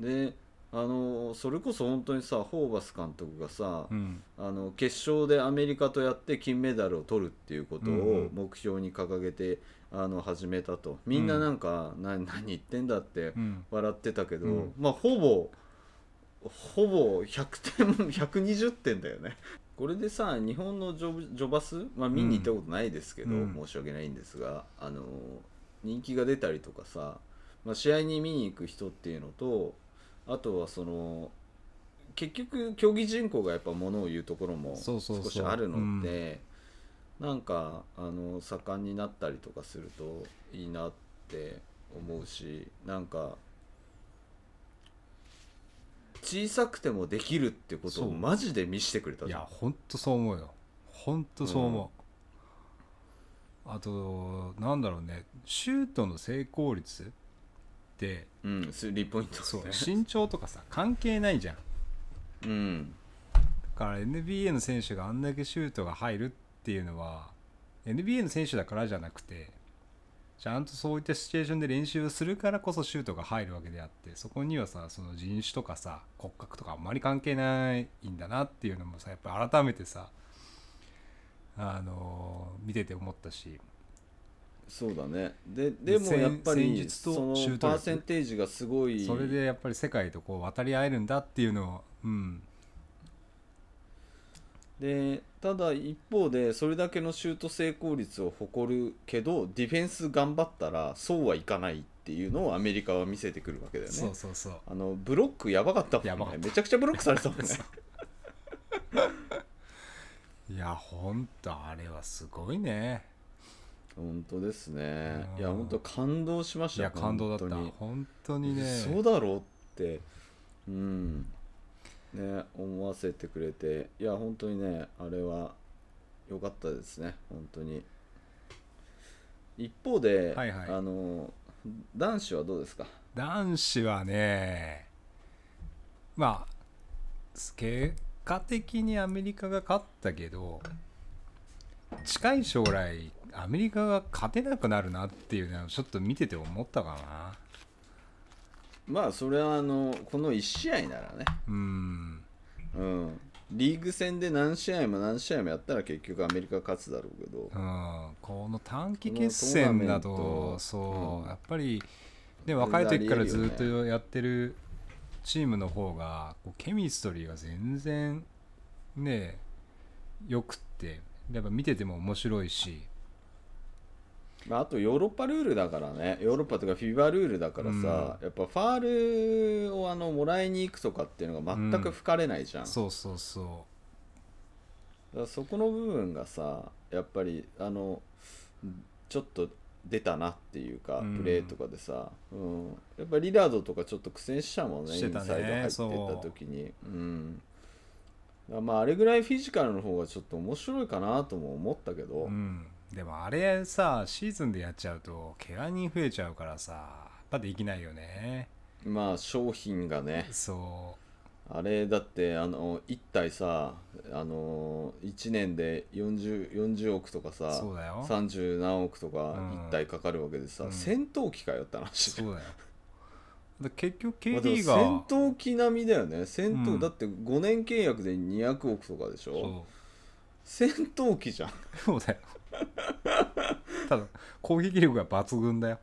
Speaker 2: であのそれこそ本当にさホーバス監督がさ、
Speaker 1: うん
Speaker 2: あの決勝でアメリカとやって金メダルを取るっていうこと
Speaker 1: うん
Speaker 2: を
Speaker 1: うん
Speaker 2: 目標に掲げて、あの始めたとみんななんか、な何言ってんだって
Speaker 1: うん
Speaker 2: 笑ってたけど、
Speaker 1: うん
Speaker 2: まあほぼほぼ100点 120点だよねこれでさ日本のジョブジョバス、まあ、見に行ったことないですけど、
Speaker 1: うん
Speaker 2: 申し訳ないんですがあの人気が出たりとかさ、まあ、試合に見に行く人っていうのとあとはその結局競技人口がやっぱものを言うところも
Speaker 1: そう
Speaker 2: 少
Speaker 1: そうそう
Speaker 2: しあるのでなんかあの盛んになったりとかするといいなって思うしなんか小さくてもできるってこと
Speaker 1: そ
Speaker 2: を
Speaker 1: う
Speaker 2: マジで見せてくれた
Speaker 1: い
Speaker 2: じゃ
Speaker 1: や
Speaker 2: ん
Speaker 1: ほんとそう思うよほんとそう思う、あとなんだろうねシュートの成功率って
Speaker 2: うん、スリーポイント
Speaker 1: そう
Speaker 2: ね。
Speaker 1: 身長とかさ関係ないじゃんだ
Speaker 2: うん。
Speaker 1: から NBA の選手があんだけシュートが入るっていうのは NBA の選手だからじゃなくてちゃんとそういったシチュエーションで練習をするからこそシュートが入るわけであってそこにはさその人種とかさ骨格とかあんまり関係ないんだなっていうのもさやっぱ改めてさあのー見てて思ったし
Speaker 2: そうだね。で、でもやっぱ
Speaker 1: 戦戦
Speaker 2: り、
Speaker 1: 術と
Speaker 2: その
Speaker 1: シュート力
Speaker 2: パーセンテージがすごい。
Speaker 1: それでやっぱり世界とこう渡り合えるんだっていうのを、うん、
Speaker 2: でただ一方でそれだけのシュート成功率を誇るけどディフェンス頑張ったらそうはいかないっていうのをアメリカは見せてくるわけだよ
Speaker 1: そ
Speaker 2: ね
Speaker 1: うそうそう
Speaker 2: あのブロックやばかったも
Speaker 1: やば
Speaker 2: ん
Speaker 1: かっ
Speaker 2: ね
Speaker 1: た
Speaker 2: めちゃくちゃブロックされたもんね
Speaker 1: いやほんとあれはすごいね
Speaker 2: 本当ですね
Speaker 1: うん
Speaker 2: いや本当感動しまし
Speaker 1: い
Speaker 2: た
Speaker 1: や感動だった
Speaker 2: 本
Speaker 1: 本当
Speaker 2: 当
Speaker 1: に
Speaker 2: に
Speaker 1: ね
Speaker 2: そうだろうってうんね思わせてくれていや本当にねあれは良かったですね本当に一方で、
Speaker 1: はいはい
Speaker 2: あの男子はどうですか
Speaker 1: 男子はねまあ結果的にアメリカが勝ったけど近い将来アメリカが勝てなくなるなっていうのはちょっと見てて思ったかな
Speaker 2: まあそれはあのこの1試合ならね、
Speaker 1: うん
Speaker 2: うん、リーグ戦で何試合も何試合もやったら結局アメリカ勝つだろうけど
Speaker 1: うんこの短期決戦だ
Speaker 2: このトーナメン
Speaker 1: と
Speaker 2: ト
Speaker 1: そう、
Speaker 2: うん
Speaker 1: やっぱり、ね、
Speaker 2: これ
Speaker 1: 若い時から
Speaker 2: ありえる
Speaker 1: ず
Speaker 2: よね
Speaker 1: っとやってるチームの方がこうケミストリーが全然ねよくってやっぱ見てても面白いし
Speaker 2: まあ、あとヨーロッパルールだからねヨーロッパとかフィバルールだからさ、やっぱファールをあのもらいに行くとかっていうのが全く吹かれないじゃん、だか
Speaker 1: そうそうそ
Speaker 2: らそこの部分がさやっぱりあのちょっと出たなっていうか、
Speaker 1: うん
Speaker 2: プレーとかでさ、うん、やっぱリラードとかちょっと苦戦したもんね
Speaker 1: してたね
Speaker 2: インサイド入ってった時にうんだからまああれぐらいフィジカルの方がちょっと面白いかなとも思ったけ
Speaker 1: う、
Speaker 2: ど、
Speaker 1: うん、でもあれさシーズンでやっちゃうと怪我人増えちゃうからさやっぱできないよね
Speaker 2: まあ商品がね
Speaker 1: そ
Speaker 2: あれだってあの1体さあの1年で 40, 40億とか
Speaker 1: う
Speaker 2: さ
Speaker 1: そうだよ
Speaker 2: 30何億とか
Speaker 1: うん
Speaker 2: 1体かかるわけでさ、
Speaker 1: うん
Speaker 2: 戦闘機かよって話
Speaker 1: そうだよだ結局
Speaker 2: まあでも
Speaker 1: KD が、
Speaker 2: 戦闘機並みだよね戦闘、
Speaker 1: うん
Speaker 2: だって5年契約で200億とかでしょ
Speaker 1: そう
Speaker 2: 戦闘機じゃん
Speaker 1: そうだよ。ただ、攻撃力が抜群だよ。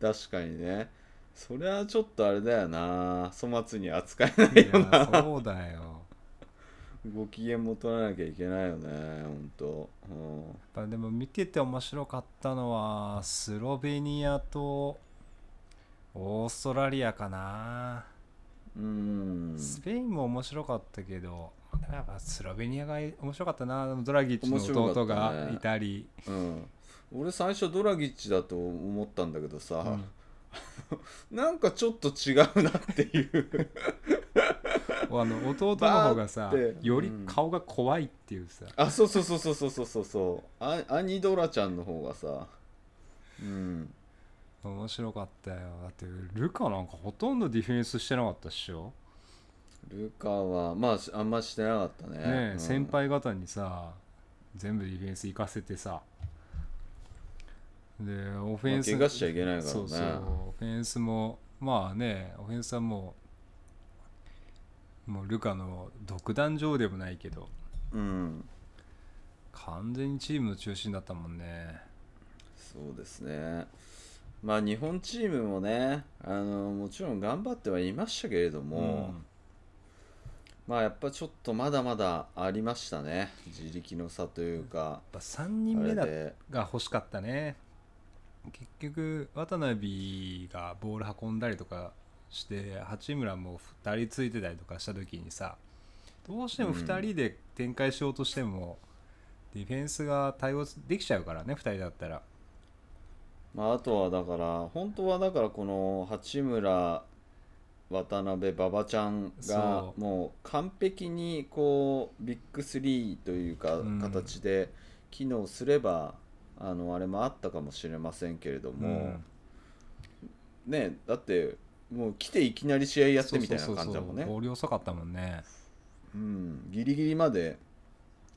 Speaker 2: 確かにねそりゃちょっとあれだよな粗末に扱え ない
Speaker 1: いや、そうだよ。
Speaker 2: ご機嫌も取らなきゃいけないよねほんと、うん
Speaker 1: やっぱでも見てて面白かったのは、スロベニアとオーストラリアかな。
Speaker 2: うん
Speaker 1: スペインも面白かったけど、やっぱスロベニアが面白かったな。ドラギッチの
Speaker 2: 面白かった
Speaker 1: 弟
Speaker 2: ね
Speaker 1: がいたり。
Speaker 2: うん、俺最初ドラギッチだと思ったんだけどさ、 なんかちょっと違うなっていう
Speaker 1: うんあの弟の方がさ
Speaker 2: バーって
Speaker 1: より顔が怖いっていうさ、
Speaker 2: あそうそうそうそうそうそうそうそうあアニドラちゃんの方がさうん
Speaker 1: 面白かったよだってルカなんかほとんどディフェンスしてなかったっしょ
Speaker 2: ルカはまあしあんましてなかったね
Speaker 1: ねえ
Speaker 2: うん
Speaker 1: 先輩方にさ全部ディフェンス行かせてさでオフ
Speaker 2: ま
Speaker 1: ェ
Speaker 2: あ
Speaker 1: ンス、
Speaker 2: 怪我しちゃいけないからね
Speaker 1: そうそうオフェンスもまあねオフェンスはもうもうルカの独壇場でもないけど
Speaker 2: うん
Speaker 1: 完全にチームの中心だったもんね
Speaker 2: そうですねまあ日本チームもねあのもちろん頑張ってはいましたけれども、まあやっぱちょっとまだまだありましたね自力の差というか、
Speaker 1: やっぱ3人目だ
Speaker 2: あれで
Speaker 1: が欲しかったね結局渡辺がボール運んだりとかして八村も2人ついてたりとかした時にさどうしても2人で展開しようとしても、ディフェンスが対応できちゃうからね2人だったら
Speaker 2: まあ、あとはだから本当はだからこの八村渡辺馬場ちゃんが
Speaker 1: そ
Speaker 2: もう完璧にこうビッグスリーというか
Speaker 1: うん
Speaker 2: 形で機能すれば、あのあれもあったかもしれませんけれども、
Speaker 1: うん
Speaker 2: ねだってもう来ていきなり試合やってみたいな
Speaker 1: そうそう
Speaker 2: 感
Speaker 1: そ
Speaker 2: じ
Speaker 1: う
Speaker 2: だもんね
Speaker 1: ゴール遅かったもんね
Speaker 2: うんギリギリまで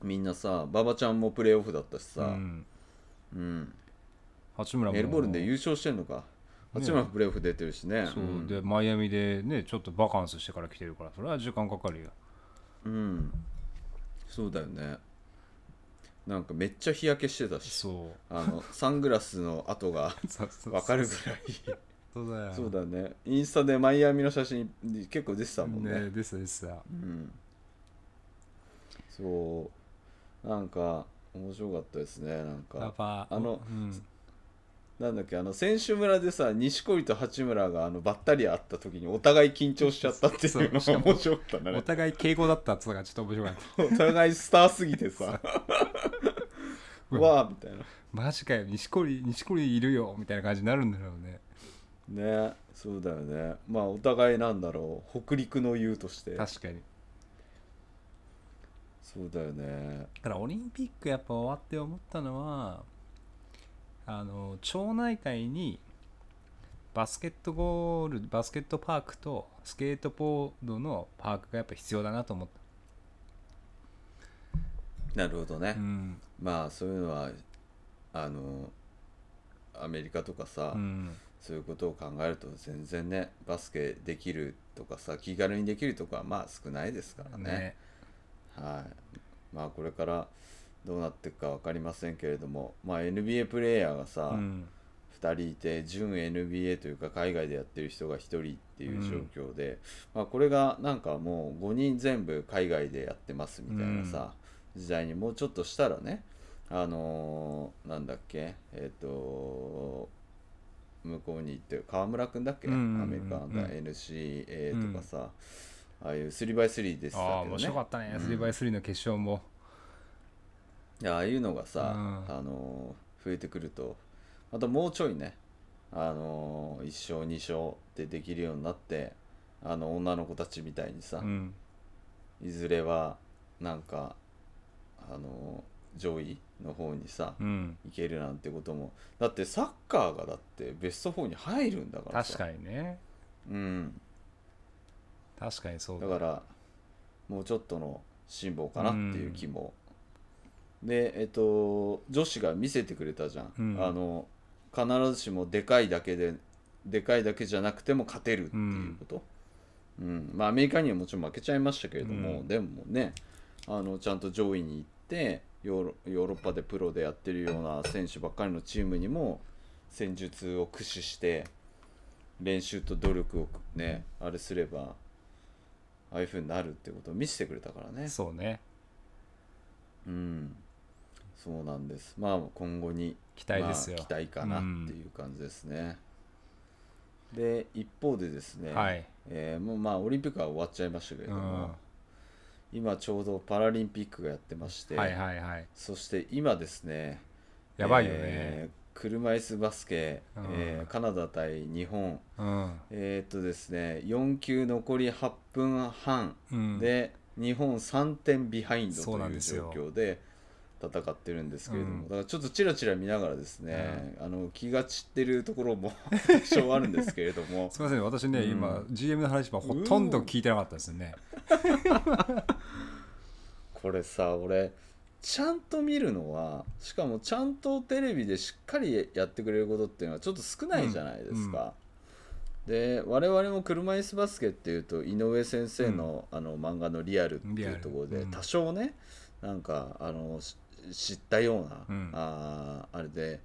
Speaker 2: みんなさ馬場ちゃんもプレーオフだったしさ、
Speaker 1: うん、
Speaker 2: うん
Speaker 1: 八村も
Speaker 2: メルボルンで優勝してんのか
Speaker 1: ね
Speaker 2: 八村もプレーオフ出てるしね
Speaker 1: そ
Speaker 2: ん
Speaker 1: うでマイアミでねちょっとバカンスしてから来てるからそれは時間かかるよ
Speaker 2: うんそうだよねなんかめっちゃ日焼けしてたし
Speaker 1: そ
Speaker 2: あ のサングラスの跡が
Speaker 1: うそうそう
Speaker 2: わかるぐらい
Speaker 1: そうだよ
Speaker 2: そうだねインスタでマイアミの写真結構出てたもんね
Speaker 1: ねですですだ
Speaker 2: うんそうなんか面白かったですねなん
Speaker 1: やっ
Speaker 2: か
Speaker 1: ぱ
Speaker 2: あの
Speaker 1: うん、
Speaker 2: なんだっけあの選手村でさ錦織と八村があのばったり会った時にお互い緊張しちゃったっていう
Speaker 1: そうそう
Speaker 2: の
Speaker 1: しか
Speaker 2: が
Speaker 1: も
Speaker 2: 面白かったね
Speaker 1: お互い敬語だったっつうのがちょっと面白かった
Speaker 2: お互いスターすぎてさ
Speaker 1: う
Speaker 2: わあみたいな
Speaker 1: マジかよ錦織錦織いるよみたいな感じになるんだろうね
Speaker 2: ねそうだよねまあお互いなんだろう北陸の雄として
Speaker 1: 確かに
Speaker 2: そうだよね
Speaker 1: だからオリンピックやっぱ終わって思ったのはあの町内会にバスケットゴールバスケットパークとスケートボードのパークがやっぱ必要だなと思っ
Speaker 2: なるほどね
Speaker 1: た、うん
Speaker 2: まあそういうのはあのアメリカとかさ、
Speaker 1: うん、
Speaker 2: そういうことを考えると全然ねバスケできるとかさ気軽にできるとかはまあ少ないですからね
Speaker 1: ね
Speaker 2: はいまあこれからどうなっていくか分かりませんけれども、まあ、NBA プレーヤーがさ、
Speaker 1: うん
Speaker 2: 2人いて準 NBA というか海外でやってる人が1人っていう状況で、まあ、これがなんかもう5人全部海外でやってますみたいなさ、時代にもうちょっとしたらねあのーなんだっけえっ、と向こうに行ってる川村君だっけ、
Speaker 1: うんうんうんうん
Speaker 2: アメリカの NCA とかさ、ああいう 3x3 でしたけどね
Speaker 1: ああ面白かったね、3x3 の決勝も
Speaker 2: いやああいうのがさ、
Speaker 1: うん
Speaker 2: あのー増えてくるとまたもうちょいね、あのー、1勝2勝ってできるようになってあの女の子たちみたいにさ、
Speaker 1: うん
Speaker 2: いずれはなんか、あのー上位の方にさ、
Speaker 1: うん
Speaker 2: いけるなんてこともだってサッカーがだってベスト4に入るんだから
Speaker 1: 確
Speaker 2: さ
Speaker 1: かにね
Speaker 2: うん、
Speaker 1: 確かにそう
Speaker 2: だ
Speaker 1: だ
Speaker 2: からもうちょっとの辛抱かなっていう気も、でえっと女子が見せてくれたじゃん、
Speaker 1: うん
Speaker 2: あの必ずしもでかいだけででかいだけじゃなくても勝てるっていうこと、うんまあアメリカにはもちろん負けちゃいましたけれども、
Speaker 1: うん
Speaker 2: でもねあのちゃんと上位に行ってヨーロヨーロッパでプロでやってるような選手ばっかりのチームにも戦術を駆使して練習と努力をねあれすればああいうふうになるってことを見せてくれたからね
Speaker 1: そうね
Speaker 2: うんそうなんですまあ今後に
Speaker 1: 期待ですよ、
Speaker 2: まあ期待かなっていう感じですね、で一方でですね、
Speaker 1: はい、
Speaker 2: えーもうまあオリンピックは終わっちゃいましたけれ
Speaker 1: う
Speaker 2: ど
Speaker 1: ん、
Speaker 2: も、
Speaker 1: は
Speaker 2: 今ちょうどパラリンピックがやってまして、
Speaker 1: いはいはい
Speaker 2: そして今ですね
Speaker 1: やばいよね、
Speaker 2: えー車椅子バスケ、
Speaker 1: うん
Speaker 2: えーカナダ対日本
Speaker 1: うん
Speaker 2: えーっとですね4球残り8分半
Speaker 1: うん、
Speaker 2: で、日本3点ビハインド
Speaker 1: そう
Speaker 2: と
Speaker 1: なん
Speaker 2: い
Speaker 1: で
Speaker 2: う
Speaker 1: すよ
Speaker 2: 状況で戦ってるんですけれども、
Speaker 1: うん
Speaker 2: だからちょっとちらちら見ながらですね、あの気が散ってるところも 多少あるんですけれども
Speaker 1: すみません、私ね、
Speaker 2: うん
Speaker 1: 今、GM の話はほとんど聞いてなかったですね。
Speaker 2: これさ俺ちゃんと見るのはしかもちゃんとテレビでしっかりやってくれることっていうのはちょっと少ないじゃないですか。で我々も車椅子バスケっていうと井上先生の,、あの漫画の「リアル」って
Speaker 1: リア
Speaker 2: いう
Speaker 1: ル
Speaker 2: ところ
Speaker 1: う
Speaker 2: で
Speaker 1: ん
Speaker 2: 多少ね、なんかあのし知ったような、
Speaker 1: うん
Speaker 2: あーあれで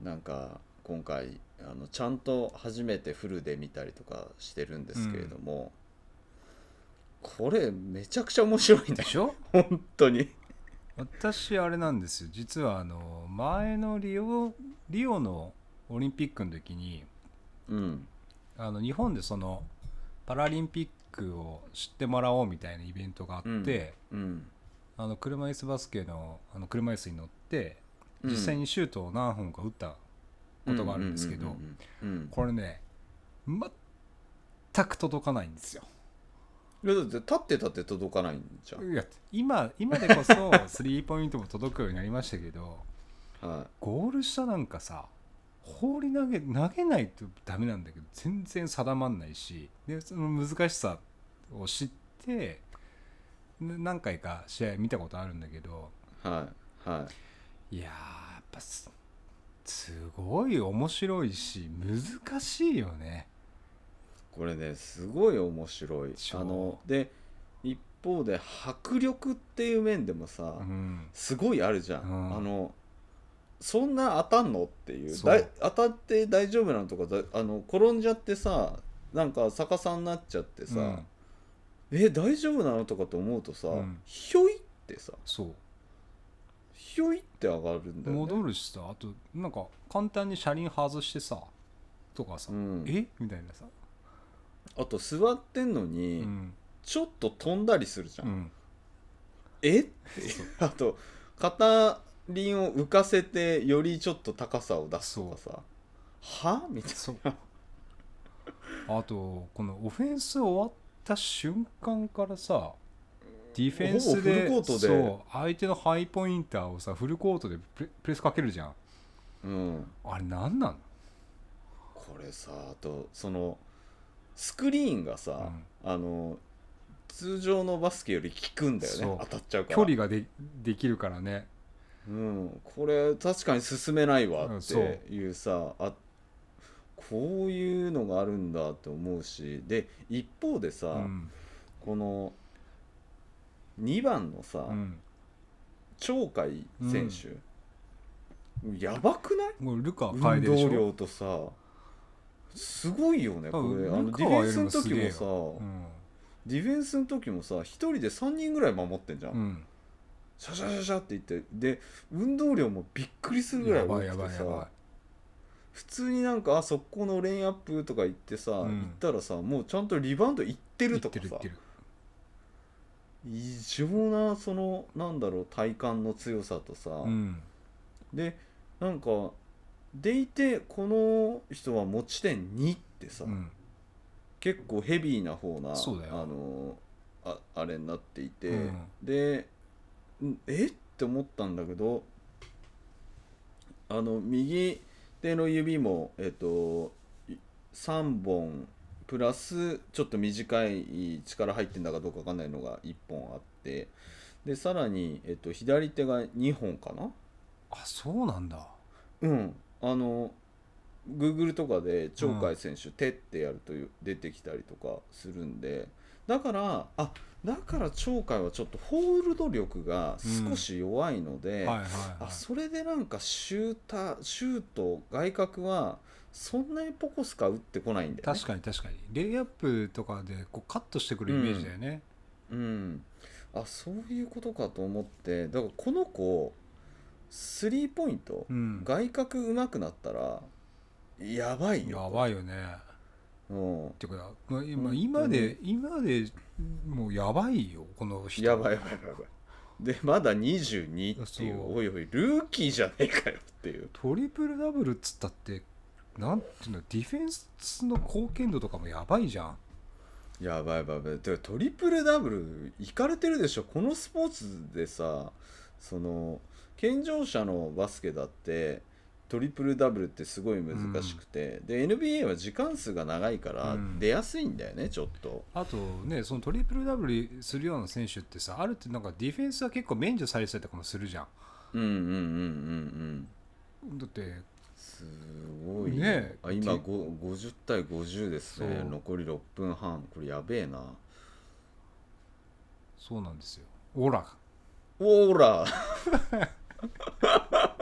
Speaker 2: なんか今回あのちゃんと初めてフルで見たりとかしてるんですけれども、これめちゃくちゃ面白いんだ
Speaker 1: で
Speaker 2: よ
Speaker 1: しょ
Speaker 2: 本当に。
Speaker 1: 私、あれなんですよ。実は、あの、前のリオ、リオのオリンピックの時に、
Speaker 2: うん、
Speaker 1: あの、日本でその、パラリンピックを知ってもらおうみたいなイベントがあって、
Speaker 2: うん、
Speaker 1: あの、車椅子バスケの、あの、車椅子に乗って、実際にシュートを何本か打ったことがあるんですけど、
Speaker 2: うん、
Speaker 1: これね、全く届かないんですよ。
Speaker 2: いやだって立って立って届かないんじゃん、
Speaker 1: いや今今でこ そスリーポイントも届くようになりましたけど
Speaker 2: は
Speaker 1: ゴール下なんかさ放り投げ投げないとダメなんだけど全然定まんないしでその難しさを知ってで何回か試合見たことあるんだけど
Speaker 2: はいはい
Speaker 1: いやーやっぱすすごい面白いし難しいよね。
Speaker 2: これねすごい面白い
Speaker 1: そう
Speaker 2: あので一方で迫力っていう面でもさ、
Speaker 1: うん、
Speaker 2: すごいあるじゃん、
Speaker 1: うん
Speaker 2: あのそんな当たんのっていう
Speaker 1: そう
Speaker 2: だい当たって大丈夫なのとかだあの転んじゃってさなんか逆さになっちゃってさ、
Speaker 1: うん
Speaker 2: え大丈夫なのとかと思うとさ、
Speaker 1: うん
Speaker 2: ひょいってさ
Speaker 1: そう
Speaker 2: ひょいって上がるんだよね
Speaker 1: 戻るしさあとなんか簡単に車輪外してさとかさ、
Speaker 2: うん
Speaker 1: えみたいなさ、
Speaker 2: あと座ってんの
Speaker 1: う
Speaker 2: に、
Speaker 1: ん
Speaker 2: ちょっと飛んだりするじゃん、
Speaker 1: うん、
Speaker 2: えってあと片輪を浮かせてよりちょっと高さを出すとかさはみたい
Speaker 1: そうあとこのオフェンス終わった瞬間からさディフェンスで
Speaker 2: ほぼフルコートで
Speaker 1: そう相手のハイポインターをさフルコートでプレプレスかけるじゃん
Speaker 2: な、うん、
Speaker 1: あれなんなの
Speaker 2: これさあとそのスクリーンがさ、あの通常のバスケより効くんだよ
Speaker 1: そう
Speaker 2: ね当たっちゃうから
Speaker 1: 距離がでできるからね
Speaker 2: うん、これ確かに進めないわ
Speaker 1: うん
Speaker 2: っ
Speaker 1: そう
Speaker 2: ていうさ、あこういうのがあるんだって思うしで一方でさ、
Speaker 1: うん
Speaker 2: この2番のさ、
Speaker 1: うん
Speaker 2: 鳥海選手、やばくない
Speaker 1: もうルカ楓
Speaker 2: 運
Speaker 1: でし
Speaker 2: 動
Speaker 1: ょ、
Speaker 2: 量とさすごいよねこれ
Speaker 1: う
Speaker 2: あ
Speaker 1: ん
Speaker 2: のデ
Speaker 1: ルカ
Speaker 2: ィフ
Speaker 1: は
Speaker 2: ェンスの時
Speaker 1: より
Speaker 2: も
Speaker 1: もす
Speaker 2: さ、
Speaker 1: げえうん
Speaker 2: ディフェンスの時もさ1人で3人ぐらい守ってんじゃん、
Speaker 1: うん、
Speaker 2: シャシャシャシャって言ってで運動量もびっくりするぐらい
Speaker 1: や
Speaker 2: 多
Speaker 1: ば
Speaker 2: く
Speaker 1: い
Speaker 2: て
Speaker 1: やばいやば
Speaker 2: さ普通になんかあ速攻のレインアップとか言ってさ、
Speaker 1: うん
Speaker 2: 行ったらさもうちゃんとリバウンド行って
Speaker 1: い
Speaker 2: る
Speaker 1: い
Speaker 2: と
Speaker 1: って
Speaker 2: か
Speaker 1: るい
Speaker 2: さ
Speaker 1: ってる
Speaker 2: 異常なそのなんだろう体幹の強さとさ、
Speaker 1: うん
Speaker 2: でなんかでいてこの人は持ち点2ってさ、
Speaker 1: うん
Speaker 2: 結構ヘビーな方な
Speaker 1: そうだよ
Speaker 2: あのああれになっていて、
Speaker 1: うん
Speaker 2: でんえって思ったんだけどあの右手の指も、えっとい3本プラスちょっと短い力入ってんだかどうかわかんないのが1本あってでさらに、えっと左手が2本かな
Speaker 1: あそうなんだ
Speaker 2: うん、あの Google とかで鳥海選手、手ってやるという出てきたりとかするんでだからあだから鳥海はちょっとホールド力が少し弱いの
Speaker 1: はいは
Speaker 2: で、
Speaker 1: い、は
Speaker 2: あ
Speaker 1: い、
Speaker 2: それでなんかシューターシュート外角はそんなにポコスカ打ってこないんだよね
Speaker 1: 確かに確かにレイアップとかでこうカットしてくるイメージだよね、
Speaker 2: うん、あそういうことかと思ってだからこの子スリーポイント、
Speaker 1: うん
Speaker 2: 外角上手くなったらやばいよ
Speaker 1: やばいよね
Speaker 2: うん
Speaker 1: っていうか、まあ、今
Speaker 2: うん
Speaker 1: 今で、今でもうやばいよこの人
Speaker 2: やばいやばいやばいやばいでまだ22ってい
Speaker 1: そうう
Speaker 2: おいおいルーキーじゃねえかよっていう
Speaker 1: トリプルダブルっつったってなんていうのディフェンスの貢献度とかもやばいじゃん
Speaker 2: やばいやばいやばいでトリプルダブルいかれてるでしょこのスポーツでさその健常者のバスケだってトリプルダブルってすごい難しくて、で NBA は時間数が長いから
Speaker 1: うん
Speaker 2: 出やすいんだよね、ちょっと
Speaker 1: あとねそのトリプルダブルするような選手ってさあるってなんかディフェンスは結構免除されてたりとかもするじゃ
Speaker 2: うんうんうんうんうん
Speaker 1: んだって
Speaker 2: すごい
Speaker 1: ねえ
Speaker 2: あ今
Speaker 1: て
Speaker 2: ご50対50ですね
Speaker 1: そう
Speaker 2: 残り6分半これやべえな
Speaker 1: そうなんですよオラ
Speaker 2: おー らち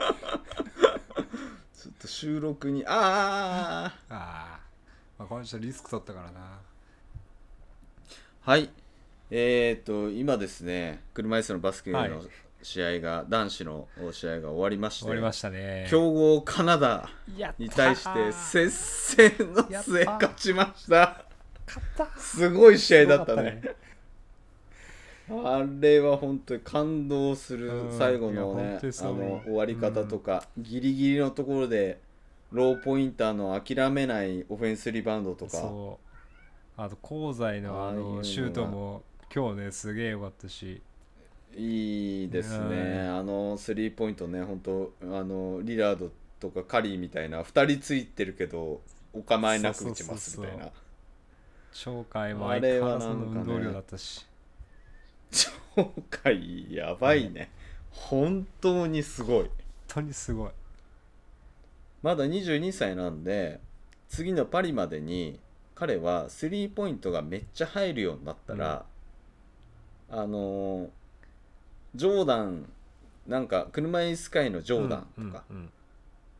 Speaker 2: ょっと収録にあ
Speaker 1: あー、
Speaker 2: あ
Speaker 1: まあこの人リスク取ったからな
Speaker 2: はいえー、と今ですね車椅子のバスケの
Speaker 1: はい
Speaker 2: 試合が、男子の試合が終わりまして
Speaker 1: 終わりましたね
Speaker 2: 強豪カナダ
Speaker 1: やったー
Speaker 2: に対して接戦の
Speaker 1: やった
Speaker 2: 末
Speaker 1: ー
Speaker 2: 勝ちました
Speaker 1: 勝った
Speaker 2: すごい試合だったね
Speaker 1: よか
Speaker 2: あれは本当に感動する
Speaker 1: うん
Speaker 2: 最後の
Speaker 1: いや本
Speaker 2: ねあ
Speaker 1: 当にそう
Speaker 2: の終わり方とか、ギリギリのところでローポインターの諦めないオフェンスリバウンドとか
Speaker 1: そうあと香西のあ
Speaker 2: ああいうの
Speaker 1: の
Speaker 2: が
Speaker 1: シュートも今日ねすげえ良かったし
Speaker 2: いいですね、
Speaker 1: う
Speaker 2: あのスリーポイントね本当あのリラードとかカリーみたいな2人ついてるけどお構いなく打ちますみたいな
Speaker 1: 鳥海は
Speaker 2: あ
Speaker 1: 相
Speaker 2: れ
Speaker 1: 変わ
Speaker 2: は
Speaker 1: らず
Speaker 2: な
Speaker 1: の
Speaker 2: んかね
Speaker 1: 運動量だったし、
Speaker 2: 鳥海やばいね本当にすごい
Speaker 1: 本当にすごい
Speaker 2: まだ22歳なんで次のパリまでに彼はスリーポイントがめっちゃ入るようになったら、あのージョーダンなんか車椅子界のジョーダンとか、
Speaker 1: うんうん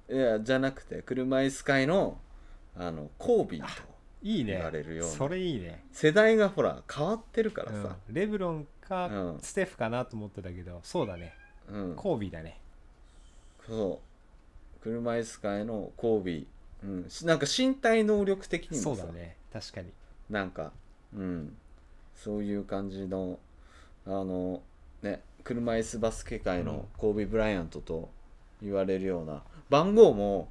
Speaker 1: うん
Speaker 2: いやじゃなくて車椅子界のあのコービーと
Speaker 1: いいね
Speaker 2: 言われるような
Speaker 1: それいいね、
Speaker 2: 世代がほら変わってるからさ、
Speaker 1: うんレブロン
Speaker 2: う
Speaker 1: か
Speaker 2: ん
Speaker 1: ステフかなと思ってたけどそうだね
Speaker 2: うん
Speaker 1: コービーだね
Speaker 2: そう車椅子界のコービー、うん、しなんか身体能力的に
Speaker 1: そ
Speaker 2: も
Speaker 1: う
Speaker 2: さ
Speaker 1: だね確かに
Speaker 2: なんか、うん、そういう感じの、あの、ね、車椅子バスケ界
Speaker 1: うん
Speaker 2: のコービー・ブライアントと言われるような、番号も、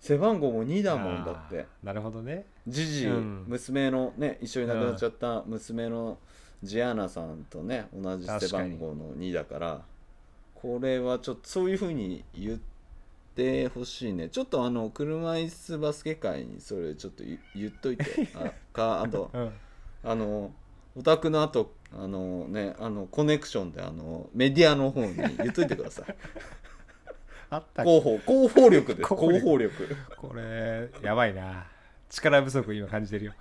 Speaker 2: 背番号も2だもんだって、
Speaker 1: あーなるほどね
Speaker 2: ジジイ、
Speaker 1: うん
Speaker 2: 娘のね、一緒に亡くなっちゃった娘のジアーナさんとね、同じ背
Speaker 1: 確かに
Speaker 2: 番号の2だから、これはちょっとそういうふうに言ってほしいね。ちょっとあの、車椅子バスケ界にそれちょっと言言っと いて、あか、あと、
Speaker 1: うん
Speaker 2: あのオタクの後あのねあのコネクションであのメディアの方に言っといてく ださい
Speaker 1: あったっけ
Speaker 2: 広報広報力です
Speaker 1: 広報力
Speaker 2: 広報力
Speaker 1: これやばいな力不足今感じてるよ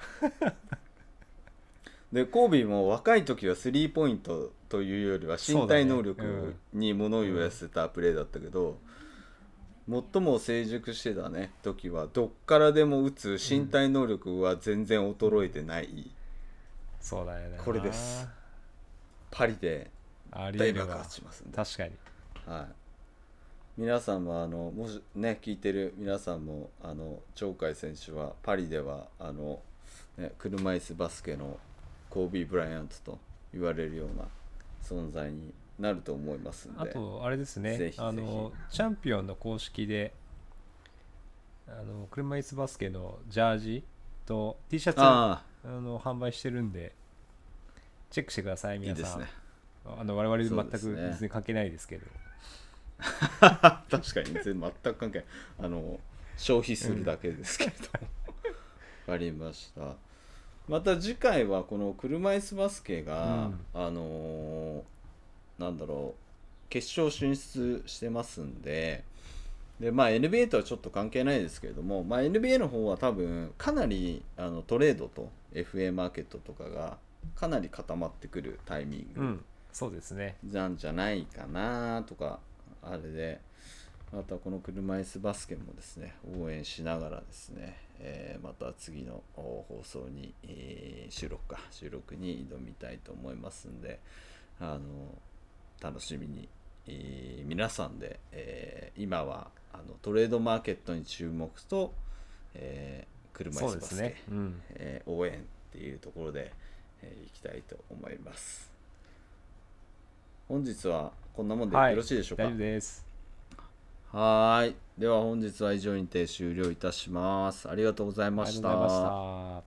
Speaker 2: でコービーも若い時はスリーポイントというよりは身体能
Speaker 1: そうだね
Speaker 2: 力に物を言わせたプレーだったけど、最も成熟してたね時はどっからでも打つ身体能力は全然衰えてない、
Speaker 1: そうだよね
Speaker 2: これですパリで
Speaker 1: ありえ
Speaker 2: 大
Speaker 1: る
Speaker 2: 爆
Speaker 1: わ
Speaker 2: 発しますんで
Speaker 1: 確かに
Speaker 2: はい、皆さんもあのもしね聞いてる皆さんもあの鳥海選手はパリではあの、ね、車椅子バスケのコービー・ブライアントと言われるような存在になると思いますんで
Speaker 1: あとあれですね
Speaker 2: ぜひぜひ
Speaker 1: あのチャンピオンの公式であの車椅子バスケのジャージと T シャツあ
Speaker 2: あ
Speaker 1: の販売してるんでチェックしてください
Speaker 2: あいい
Speaker 1: 皆
Speaker 2: で
Speaker 1: さ
Speaker 2: す
Speaker 1: ん
Speaker 2: ね
Speaker 1: あの我々全
Speaker 2: そう
Speaker 1: く
Speaker 2: ですね
Speaker 1: 別に関係ないですけど
Speaker 2: 確かに全全く関係ないあの消費するだけですけれども、 わかりましたまた次回はこの車椅子バスケが、あのーなんだろう決勝進出してますんでで、まあ、NBA とはちょっと関係ないですけれども、まあ、NBA の方は多分かなりあのトレードと FA マーケットとかがかなり固まってくるタイミング
Speaker 1: うんそうですね
Speaker 2: なんじゃないかなとかあれでまたこの車椅子バスケもですね応援しながらですね、えーまた次のお放送に、えー収録か収録に挑みたいと思いますんであの楽しみに、えー皆さんで、えー今はあのトレードマーケットに注目と、えー車
Speaker 1: そう
Speaker 2: 椅子
Speaker 1: で
Speaker 2: バ
Speaker 1: す
Speaker 2: スケ、
Speaker 1: ねうん
Speaker 2: えー応援っていうところで、えーいきたいと思います本日はこんなもんで
Speaker 1: はい
Speaker 2: よろしいでしょうか
Speaker 1: 大丈夫です
Speaker 2: はーいでは本日は以上にて終了いたしますありがとうござい
Speaker 1: あ
Speaker 2: ま
Speaker 1: り
Speaker 2: し
Speaker 1: がとうございましたた